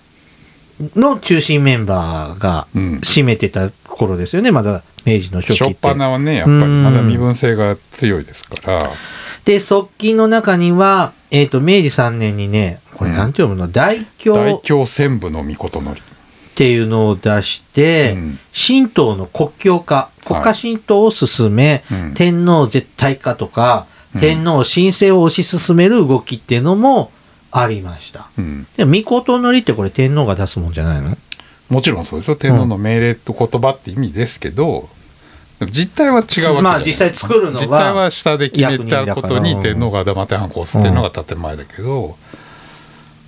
Speaker 1: の中心メンバーが
Speaker 2: うん、
Speaker 1: 占めてた頃ですよね、まだ明治の初期
Speaker 2: 初っ
Speaker 1: って
Speaker 2: 端。はねやっぱり
Speaker 1: うん
Speaker 2: まだ身分性が強いですから、
Speaker 1: で、側近の中には、えっ、と、明治3年にね、これなんて読むの、大
Speaker 2: 大
Speaker 1: 教っ
Speaker 2: 京専部の御事のり、
Speaker 1: ていうのを出して、
Speaker 2: うん
Speaker 1: 神道の国教化、国家神道を進め、
Speaker 2: うん
Speaker 1: 天皇絶対化とか、
Speaker 2: うん
Speaker 1: 天皇神聖を推し進める動きっていうのもありました。
Speaker 2: うん、
Speaker 1: でも、御事のりってこれ天皇が出すもんじゃないの
Speaker 2: もちろんそうですよ天皇の命令と言葉って意味ですけど、でも実態は違うわけじゃないですか、
Speaker 1: まあ実際作るのは
Speaker 2: 実態は下で決めたこ
Speaker 1: 役人
Speaker 2: と
Speaker 1: だ
Speaker 2: に
Speaker 1: から
Speaker 2: 天皇が黙って反抗するっていうのが建前だけど、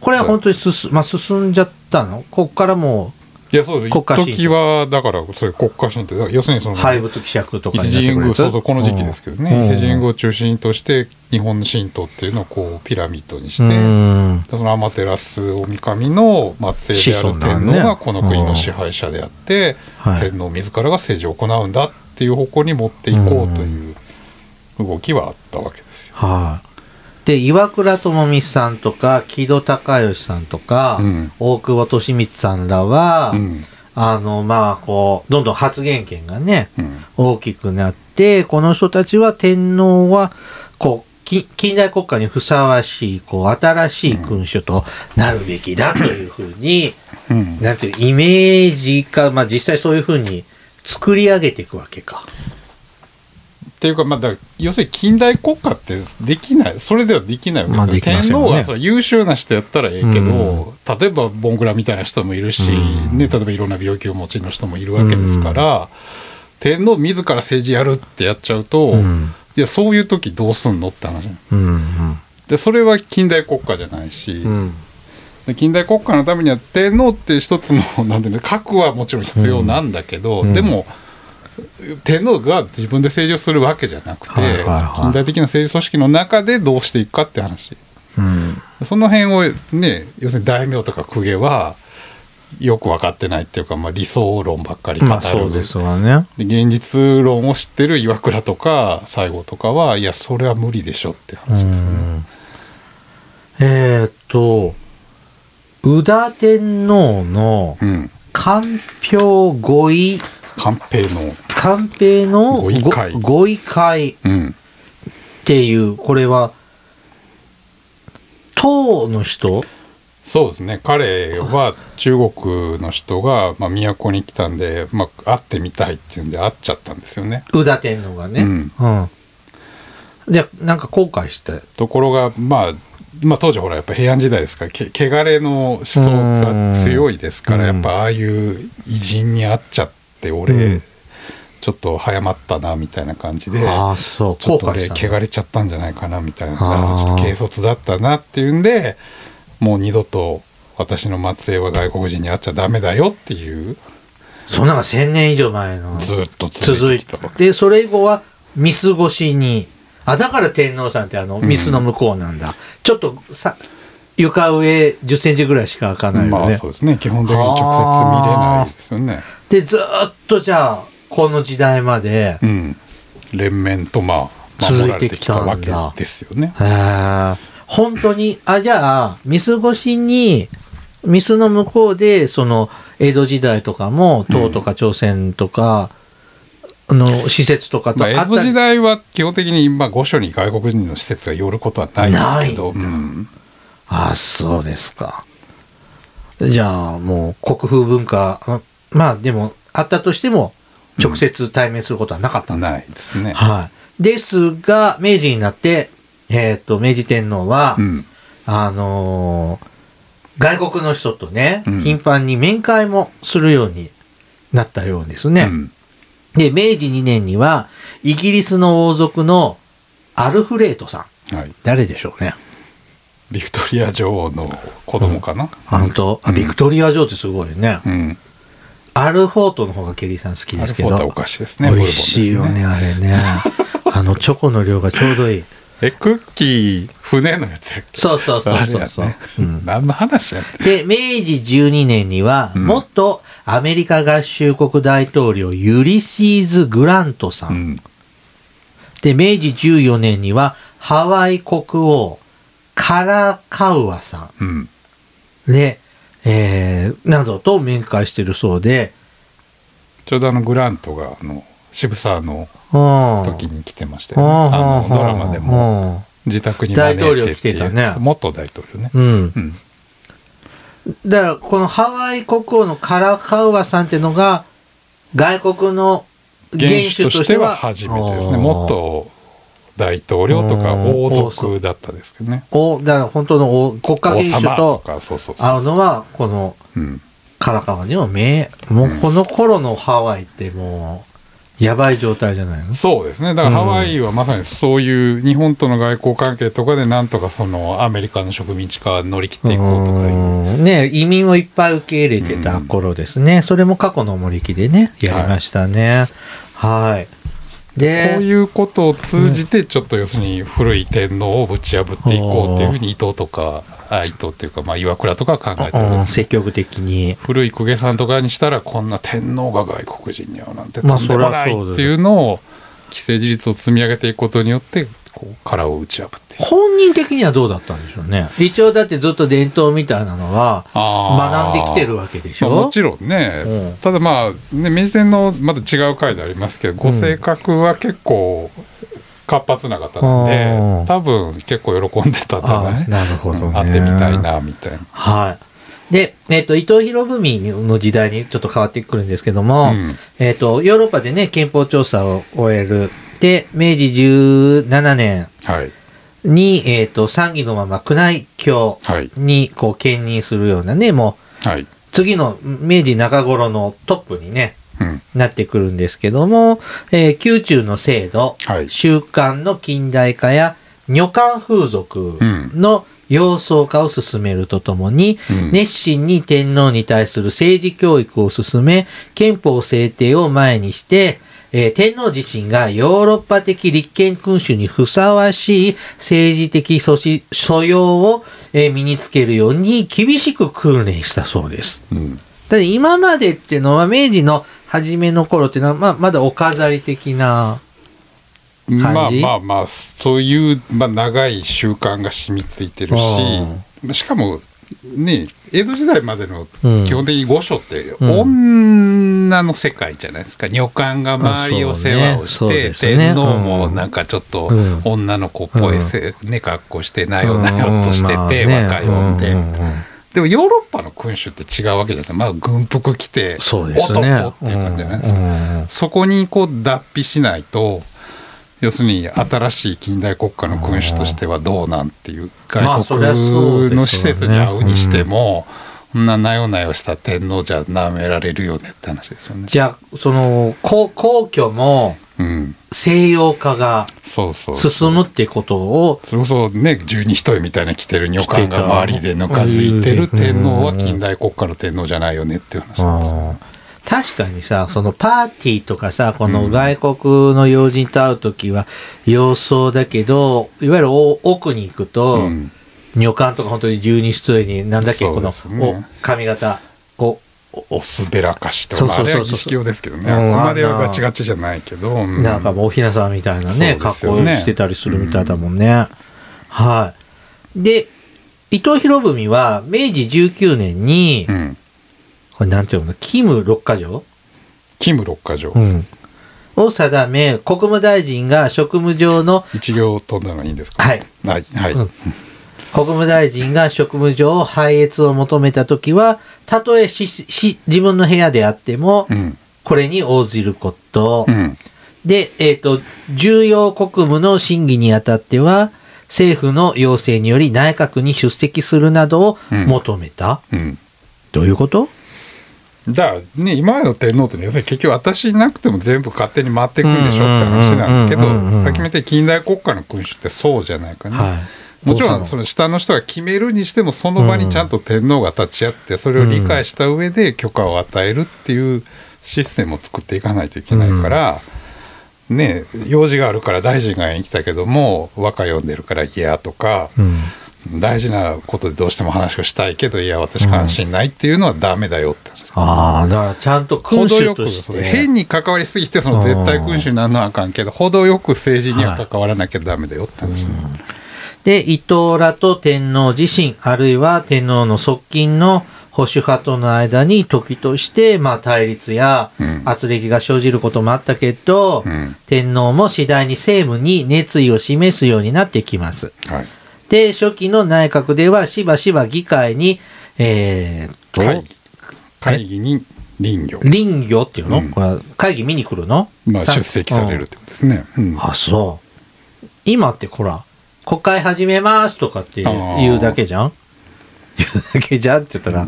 Speaker 1: これは本当に進,、まあ、進んじゃったのここからも
Speaker 2: いやそうです
Speaker 1: 国
Speaker 2: 一
Speaker 1: 家神道
Speaker 2: 時はだからそれ国家神道要するにそうの
Speaker 1: 廃仏希釈と
Speaker 2: 伊
Speaker 1: か
Speaker 2: 勢
Speaker 1: になって
Speaker 2: 神
Speaker 1: くる
Speaker 2: 宮
Speaker 1: やつ
Speaker 2: そうそうこの時期ですけどね、
Speaker 1: うん
Speaker 2: 伊勢神宮を中心として日本の神道っていうのをこうピラミッドにして、
Speaker 1: うん
Speaker 2: その天照大神の末裔である
Speaker 1: 子孫
Speaker 2: 天
Speaker 1: なん
Speaker 2: 皇
Speaker 1: ね
Speaker 2: がこの国の支配者であって、
Speaker 1: うんはい
Speaker 2: 天皇自らが政治を行うんだっていう方向に持っていこうという動きはあったわけですよ。
Speaker 1: はい、で岩倉智美さんとか木戸孝允さんとか、
Speaker 2: うん
Speaker 1: 大久保利光さんらは、
Speaker 2: うん
Speaker 1: あのまあこうどんどん発言権がね
Speaker 2: うん
Speaker 1: 大きくなってこの人たちは天皇はこうき近代国家にふさわしいこう新しい君主となるべきだというふうに、
Speaker 2: うん
Speaker 1: なんていうイメージか、まあ、実際そういうふうに作り上げていくわけか。
Speaker 2: っていうか、まあ、だから要するに近代国家ってできないそれではできないわけですよ
Speaker 1: まあできません
Speaker 2: 天
Speaker 1: よね
Speaker 2: 皇がそれ優秀な人やったらええけど、例えばボンクラみたいな人もいるし、
Speaker 1: うん
Speaker 2: ね、例えばいろんな病気をお持ちの人もいるわけですから、天皇自ら政治やるってやっちゃうと、
Speaker 1: うん
Speaker 2: いやそういう時どうすんのって話
Speaker 1: うん
Speaker 2: でそれは近代国家じゃないし、
Speaker 1: うん
Speaker 2: で近代国家のためには天皇っていう一つの (laughs) なんていうの核はもちろん必要なんだけど、
Speaker 1: うん
Speaker 2: でも天皇が自分で政治をするわけじゃなくて、
Speaker 1: はいはいはい
Speaker 2: 近代的な政治組織の中でどうしていくかって話
Speaker 1: うん
Speaker 2: その辺をね要するに大名とか公家はよく分かってないっていうか、まあ、理想論ばっかり語る、
Speaker 1: まあそうですわね。
Speaker 2: で現実論を知ってる岩倉とか西郷とかはいやそれは無理でしょって話ですね。
Speaker 1: えーっと、宇田天皇の
Speaker 2: うん、
Speaker 1: 官票御位、
Speaker 2: 官兵の、
Speaker 1: 官兵の
Speaker 2: 御位会
Speaker 1: ご御位会っ
Speaker 2: うん、
Speaker 1: ていう、これは、唐の人
Speaker 2: そうですね彼は中国の人が、まあ、都に来たんで、まあ、会ってみたいっていうんで会っちゃったんですよね。
Speaker 1: 宇田天皇がね。
Speaker 2: うん
Speaker 1: うんじゃあ、なんか後悔して。
Speaker 2: ところが、まあ、まあ当時ほらやっぱ平安時代ですからけ汚れの思想が強いですから
Speaker 1: うん
Speaker 2: やっぱああいう偉人に会っちゃって俺、
Speaker 1: うん
Speaker 2: ちょっと早まったなみたいな感じで。
Speaker 1: ああ、そう、
Speaker 2: ちょ
Speaker 1: 後
Speaker 2: っと
Speaker 1: 悔
Speaker 2: 俺
Speaker 1: したんだ。
Speaker 2: 汚れちゃったんじゃないかなみたいな
Speaker 1: あー
Speaker 2: ちょっと軽率だったなっていうんでもう二度と私の末裔は外国人に会っちゃダメだよっていう
Speaker 1: そんなのが1000年以上前の。
Speaker 2: ずっと続
Speaker 1: 続
Speaker 2: い
Speaker 1: い
Speaker 2: てきたわけ
Speaker 1: て、それ以後は、ミス越しに、あ、だから天皇さんってあの、
Speaker 2: ん
Speaker 1: ミスの向こうなんだ。ちょっとさ、床上10センチぐらいしか開かない
Speaker 2: ま
Speaker 1: よ
Speaker 2: あ
Speaker 1: ね
Speaker 2: そ。うですね基本的に直接見れないですよね
Speaker 1: で、ずーっとじゃあ、この時代まで
Speaker 2: う、ん連綿とまあ
Speaker 1: 続
Speaker 2: 守ら
Speaker 1: い
Speaker 2: れ
Speaker 1: て
Speaker 2: て
Speaker 1: き
Speaker 2: きた
Speaker 1: たんだ
Speaker 2: わけですよね
Speaker 1: へー本当に、あ、じゃあ、ミス越しに、ミスの向こうで、その、江戸時代とかも、唐とか朝鮮とか、あの、施設とかと
Speaker 2: まあ、江
Speaker 1: あっ
Speaker 2: 戸
Speaker 1: たり
Speaker 2: 時代は基本的に、まあ、御所に外国人の施設が寄ることはないですけど、うん
Speaker 1: あそうですか。じゃあもう国風文化、あまあでもあったとしても直接対面することはなかったんだ。
Speaker 2: ないですね。
Speaker 1: はい。ですが、明治になって、えっ、と、明治天皇は、
Speaker 2: うん
Speaker 1: あのー外国の人とね
Speaker 2: うん、
Speaker 1: 頻繁に面会もするようになったようですね。
Speaker 2: うん
Speaker 1: で、明治2年には、イギリスの王族のアルフレートさん。
Speaker 2: はい、
Speaker 1: 誰でしょうね。
Speaker 2: ビクトリア女王の子供かな、
Speaker 1: あのと、あ
Speaker 2: うん
Speaker 1: ビクトリア女王ってすごいよね。
Speaker 2: うん、
Speaker 1: アルフォートの方がケリーさん好き
Speaker 2: ア
Speaker 1: で
Speaker 2: ル
Speaker 1: す
Speaker 2: フ
Speaker 1: け
Speaker 2: ォ
Speaker 1: ど。
Speaker 2: ータお菓子ですね。
Speaker 1: 美味しいよね、あれね。あのチョコの量がちょうどいい
Speaker 2: えクッキー船のやつやっけ
Speaker 1: そうそうそうそうそう、
Speaker 2: あれやね
Speaker 1: うん
Speaker 2: 何の話やね
Speaker 1: で
Speaker 2: ん
Speaker 1: 明治12年には
Speaker 2: うん
Speaker 1: 元アメリカ合衆国大統領ユリシーズ・グラントさん、
Speaker 2: うん
Speaker 1: で明治14年にはハワイ国王カラカウアさ
Speaker 2: うん
Speaker 1: んで、えーなどと面会してるそうで、
Speaker 2: ちょうどあのグラントがあの渋沢の
Speaker 1: うん、
Speaker 2: 時に来てましたよねあのドラマでも
Speaker 1: も、
Speaker 2: 自宅に招いて
Speaker 1: 大統領来てたね
Speaker 2: 元大統領ね
Speaker 1: うんうん
Speaker 2: うん
Speaker 1: だからこのハワイ国王のカラカウアさんっていうのが外国の元
Speaker 2: 元
Speaker 1: 首
Speaker 2: 首
Speaker 1: と
Speaker 2: と
Speaker 1: し
Speaker 2: してて
Speaker 1: は
Speaker 2: は初めてですね
Speaker 1: あー
Speaker 2: 元大統領とか
Speaker 1: うん
Speaker 2: 王族だったですけどね
Speaker 1: おだから本当の王国家
Speaker 2: 王
Speaker 1: 元首
Speaker 2: 様と
Speaker 1: と
Speaker 2: かそうそうそ
Speaker 1: 会う
Speaker 2: う
Speaker 1: のはこの
Speaker 2: うん
Speaker 1: カラカウアには名もうこの頃のハワイってもうやばい状態じゃないの
Speaker 2: そうですねだからハワイはまさにそういう日本との外交関係とかでなんとかそのアメリカの植民地化乗り切っていこうとかいう
Speaker 1: うんね移民をいっぱい受け入れてた頃ですね、それも過去の森木でねやりましたねはいで
Speaker 2: こういうことを通じてちょっと要するに古い天皇をぶち破っていこうっていうふうに伊藤とかあ伊藤っていうかまあ岩倉とかは考えてるわけ
Speaker 1: う
Speaker 2: で
Speaker 1: ん
Speaker 2: すね
Speaker 1: 積極的に
Speaker 2: 古い公家さんとかにしたらこんな天皇が外国人に会うなんて
Speaker 1: まあ
Speaker 2: とんでもない
Speaker 1: そりゃそうだよ
Speaker 2: っていうのを既成事実を積み上げていくことによってこう殻を打ち破っていく
Speaker 1: 本人的にはどうだったんでしょうね一応だってずっと伝統みたいなのは学
Speaker 2: あ
Speaker 1: ん
Speaker 2: ー
Speaker 1: できてるわけでしょ、
Speaker 2: まあもちろんね、
Speaker 1: うん
Speaker 2: ただまあ、ね、明治天皇まだ違う回でありますけどご性格は結構活発な方なん
Speaker 1: うん
Speaker 2: で多分結構喜んでたんじゃな
Speaker 1: あ
Speaker 2: い
Speaker 1: なるほど、ね、
Speaker 2: 会ってみたいなみたいな。
Speaker 1: はいで、えっと伊藤博文の時代にちょっと変わってくるんですけども、
Speaker 2: うん
Speaker 1: えっとヨーロッパでね憲法調査を終えるで明治17年
Speaker 2: はい
Speaker 1: に、えっと参議のまま宮内卿
Speaker 2: はい
Speaker 1: にこう兼任するようなねもう
Speaker 2: はい、
Speaker 1: 次の明治中頃のトップにね
Speaker 2: うん
Speaker 1: なってくるんですけども、えー宮中の制度、
Speaker 2: はい
Speaker 1: 習慣の近代化や女官風俗の様相化を進めるとともに、
Speaker 2: うん
Speaker 1: 熱心に天皇に対する政治教育を進め、憲法制定を前にして、えー天皇自身がヨーロッパ的立憲君主にふさわしい政治的素し素養を、えー身につけるように厳しく訓練したそうです。
Speaker 2: うん
Speaker 1: だって今までっていうのは明治の初めの頃っていうのは、まあ、まだお飾り的なじ
Speaker 2: まあまあまあそういう、まあ、長い習慣が染みついてるししかもね江戸時代までの
Speaker 1: うん
Speaker 2: 基本的に御所って
Speaker 1: ん
Speaker 2: 女の世界じゃないですか女官が周り
Speaker 1: あ
Speaker 2: を
Speaker 1: そうね
Speaker 2: 世話を
Speaker 1: そう
Speaker 2: して、
Speaker 1: ですね
Speaker 2: 天皇もなんかちょっと
Speaker 1: うん
Speaker 2: 女の子っぽいせ、ね、格好してなよな
Speaker 1: うん
Speaker 2: よとしてて、
Speaker 1: まあね
Speaker 2: 若い女で、
Speaker 1: うんうんうん
Speaker 2: でもヨーロッパの君主って違うわけじゃないですか、まあ、軍服着て
Speaker 1: そうですね
Speaker 2: 男っていう感じじゃないですか。
Speaker 1: うんうんうん
Speaker 2: そこにこう脱皮しないと要するに新しい近代国家の君主としてはどうなんていう
Speaker 1: まあ
Speaker 2: 外
Speaker 1: そりゃそう
Speaker 2: 国
Speaker 1: で
Speaker 2: の
Speaker 1: す
Speaker 2: 施
Speaker 1: よね
Speaker 2: 設に会うにしてもこんななよなよした天皇じゃなめられるよねって話ですよね。
Speaker 1: じゃあその皇皇居も
Speaker 2: うん、
Speaker 1: 西洋化が
Speaker 2: そうそう
Speaker 1: 進むってことを
Speaker 2: それこそね十二一重みたいな着てる女官が周りでぬかづいてる
Speaker 1: 着てた
Speaker 2: 天皇は近代国家の天皇じゃないよねっていう話。
Speaker 1: 確かにさそのパーティーとかさこの外国の要人と会う時は様相だけどいわゆるお奥に行くと、
Speaker 2: うん
Speaker 1: 女官とか本当に十二人になんだっけ、
Speaker 2: そ
Speaker 1: こ
Speaker 2: う
Speaker 1: の
Speaker 2: ですね
Speaker 1: お髪型お
Speaker 2: おすべらかしとか、
Speaker 1: そうそうそうそう
Speaker 2: まあ、あれは儀式用ですけどね、
Speaker 1: うん
Speaker 2: あくまではガチガチじゃないけど、うん
Speaker 1: なんかもうおひなさんみたいなね、
Speaker 2: そうです
Speaker 1: 格
Speaker 2: よね
Speaker 1: 好してたりするみたいだもんね。はい。で、伊藤博文は明治19年に、
Speaker 2: うん、
Speaker 1: これなんていうの、キム六ヶ条、
Speaker 2: キム六カ条、
Speaker 1: を定め、国務大臣が職務上の、
Speaker 2: 一行飛んだのいいんですか
Speaker 1: はい。
Speaker 2: はいはい、
Speaker 1: うん国務大臣が職務上拝謁を求めたときは、たとえしし自分の部屋であっても、
Speaker 2: うん
Speaker 1: これに応じること。
Speaker 2: うん
Speaker 1: で、えっ、と、重要国務の審議にあたっては、政府の要請により内閣に出席するなどを求めた。
Speaker 2: うん
Speaker 1: どういうこと
Speaker 2: だからね今までの天皇ってね要するに結局私いなくても全部勝手に回っていくんでしょって話なんだけど
Speaker 1: うんうんうんうんうんうん
Speaker 2: さっきみたいに近代国家の君主ってそうじゃないかね、
Speaker 1: はい。
Speaker 2: もちろ
Speaker 1: ど
Speaker 2: ん
Speaker 1: うした
Speaker 2: そ
Speaker 1: の
Speaker 2: の下の人が決めるにしてもその場にちゃんと天皇が立ち会ってそれを理解した上で許可を与えるっていうシステムを作っていかないといけないから、ね用事があるから大臣が来たけども和歌読んでるから嫌とか、
Speaker 1: うん
Speaker 2: 大事なことでどうしても話をしたいけどいや私関心ないっていうのはダメだよって話、
Speaker 1: ああだからちゃんと君
Speaker 2: 程
Speaker 1: 主
Speaker 2: よ
Speaker 1: と
Speaker 2: く
Speaker 1: し
Speaker 2: そう
Speaker 1: て
Speaker 2: 変に関わりすぎてその絶対君主になるのはあかんけど程よく政治には関わらなきゃダメだよって話、
Speaker 1: で伊藤らと天皇自身あるいは天皇の側近の保守派との間に時として、まあ、対立や
Speaker 2: うん
Speaker 1: 圧力が生じることもあったけど、
Speaker 2: うん
Speaker 1: 天皇も次第に政務に熱意を示すようになってきます。
Speaker 2: はい
Speaker 1: で初期の内閣ではしばしば議会に、えーっと、
Speaker 2: 会議会議に臨業、
Speaker 1: 林業っていうの、
Speaker 2: うん
Speaker 1: これ会議見に来るの、
Speaker 2: まあ、
Speaker 1: さ
Speaker 2: 出席されるってことですね、うん
Speaker 1: あ、そう。今ってほら、国会始めますとかって
Speaker 2: あー
Speaker 1: 言うだけじゃん言うだけじゃんって言ったら、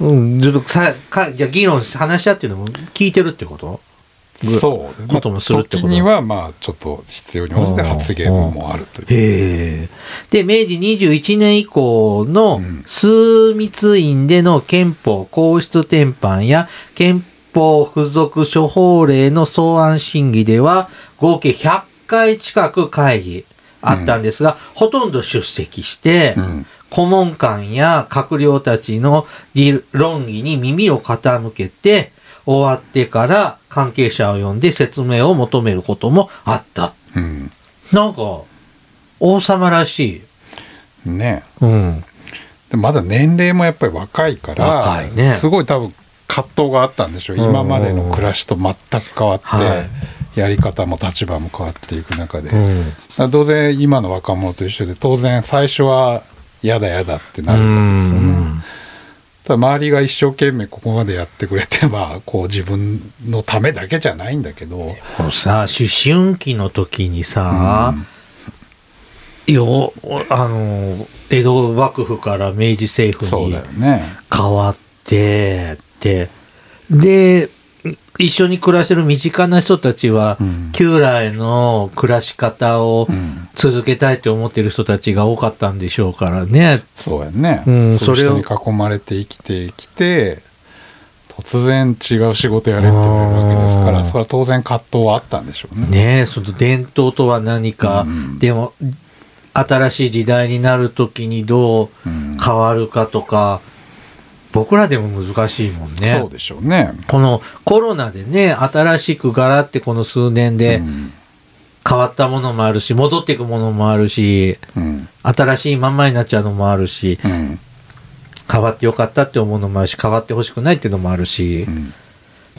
Speaker 1: うん、ちょっとさ、かじゃあ議論し、話し合っていうのも聞いてるってことぐ
Speaker 2: そうね
Speaker 1: こともするってこと
Speaker 2: 時にはまあちょっと必要に応じて発言もあるという
Speaker 1: へえ。で、明治21年以降の
Speaker 2: うん
Speaker 1: 枢密院での憲法皇室転搬や憲法付属諸法令の草案審議では合計100回近く会議あったんですが、ほとんど出席して、
Speaker 2: うん
Speaker 1: 顧問官や閣僚たちの議論議に耳を傾けて、終わってから関係者を呼んで説明を求めることもあった。
Speaker 2: うん
Speaker 1: なんか、王様らしい。
Speaker 2: ね
Speaker 1: うん。
Speaker 2: でまだ年齢もやっぱり若いから
Speaker 1: 若いね
Speaker 2: すごい多分葛藤があったんでしょう
Speaker 1: うんうん
Speaker 2: 今までの暮らしと全く変わって、
Speaker 1: は
Speaker 2: やり方も立場も変わっていく中で、だか
Speaker 1: ん。
Speaker 2: ら当然今の若者と一緒で当然最初はやだやだってなるわけですよね。ただ周りが一生懸命ここまでやってくれて (laughs) まあこう自分のためだけじゃないんだけど、
Speaker 1: このさ、思春期の時にさ、よ、あの、江戸幕府から明治政府
Speaker 2: そう
Speaker 1: に
Speaker 2: だよね。
Speaker 1: 変わってって、で、一緒に暮らしてる身近な人たちは、
Speaker 2: うん
Speaker 1: 旧来の暮らし方を
Speaker 2: うん
Speaker 1: 続けたいと思ってる人たちが多かったんでしょうからね。
Speaker 2: そうやね、
Speaker 1: うん
Speaker 2: そうい
Speaker 1: そ
Speaker 2: う
Speaker 1: れを
Speaker 2: 人に囲まれて生きてきて突然違う仕事やれって言われるわけですか
Speaker 1: あ
Speaker 2: ら
Speaker 1: ー
Speaker 2: それは当然葛藤はあったんでしょうね。
Speaker 1: ねえその伝統とは何か、
Speaker 2: うん
Speaker 1: でも新しい時代になる時にどう
Speaker 2: うん
Speaker 1: 変わるかとか、僕らでも難しいもんね。
Speaker 2: そうでしょうね。
Speaker 1: このコロナでね新しくガラってこの数年で
Speaker 2: うん
Speaker 1: 変わったものもあるし戻っていくものもあるし
Speaker 2: うん
Speaker 1: 新しいまんまになっちゃうのもあるし
Speaker 2: うん
Speaker 1: 変わってよかったって思うのもあるし変わってほしくないっていうのもあるし、
Speaker 2: うん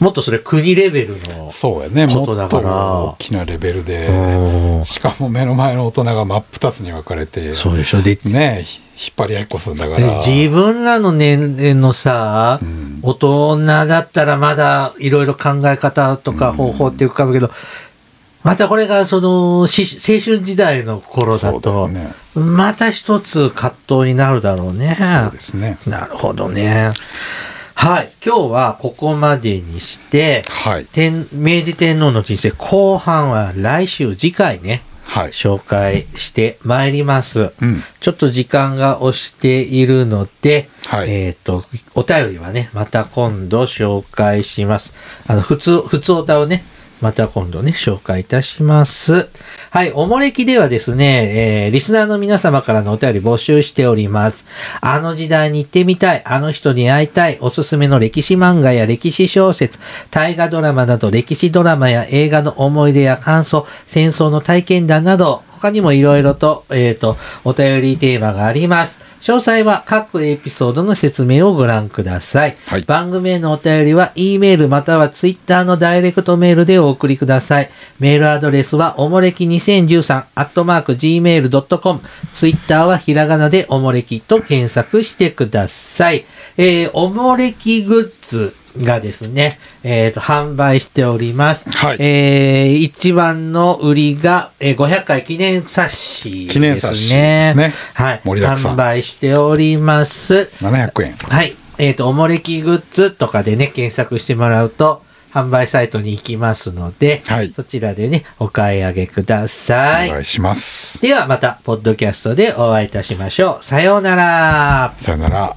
Speaker 1: もっとそれ国レベルの。
Speaker 2: そうやねも
Speaker 1: こ
Speaker 2: っ
Speaker 1: とだ
Speaker 2: と
Speaker 1: から
Speaker 2: 大きなレベルで
Speaker 1: うん
Speaker 2: しかも目の前の大人が真っ二つに分かれて
Speaker 1: そうでしょで
Speaker 2: ねひ引っ張り合いっこするんだか
Speaker 1: え
Speaker 2: ら。
Speaker 1: 自分らの年齢のさ、
Speaker 2: うん
Speaker 1: 大人だったらまだいろいろ考え方とか方法って浮かぶけど、またこれがそのし青春時代の頃だ
Speaker 2: そうだ
Speaker 1: と
Speaker 2: よね
Speaker 1: また一つ葛藤になるだろうね。
Speaker 2: そうですね。
Speaker 1: なるほどね。はい今日はここまでにして
Speaker 2: はい
Speaker 1: 天明治天皇の人生後半は来週次回ね
Speaker 2: はい。
Speaker 1: 紹介してまいります。
Speaker 2: うん
Speaker 1: ちょっと時間が押しているので、
Speaker 2: はい
Speaker 1: えっ、と、お便りはね、また今度紹介します。あの、普通、普通お歌をね、また今度ね、紹介いたします。はい、おもれきではですね、えーリスナーの皆様からのお便り募集しております。あの時代に行ってみたい、あの人に会いたい、おすすめの歴史漫画や歴史小説、大河ドラマなど歴史ドラマや映画の思い出や感想、戦争の体験談など、他にもいろいろと、えっ、と、お便りテーマがあります。詳細は各エピソードの説明をご覧ください。
Speaker 2: はい
Speaker 1: 番組へのお便りは、E メールまたは Twitter のダイレクトメールでお送りください。メールアドレスは、おもれき2013、アットマーク、gmail.com。Twitter はひらがなでおもれきと検索してください。えー、おもれきグッズがですね、えっ、と、販売しております。
Speaker 2: はい
Speaker 1: えー一番の売りが、えー500回記念冊子ですね。
Speaker 2: 記念冊子ですね
Speaker 1: はい。
Speaker 2: 盛りだくさん
Speaker 1: 販売しております。
Speaker 2: 700円。
Speaker 1: はい。えっ、と、おもれきグッズとかでね、検索してもらうと、販売サイトに行きますので、
Speaker 2: はい
Speaker 1: そちらでね、お買い上げくださ
Speaker 2: お願
Speaker 1: い。
Speaker 2: いします。
Speaker 1: ではまた、ポッドキャストでお会いいたしましょう。さようなら。
Speaker 2: さよなら。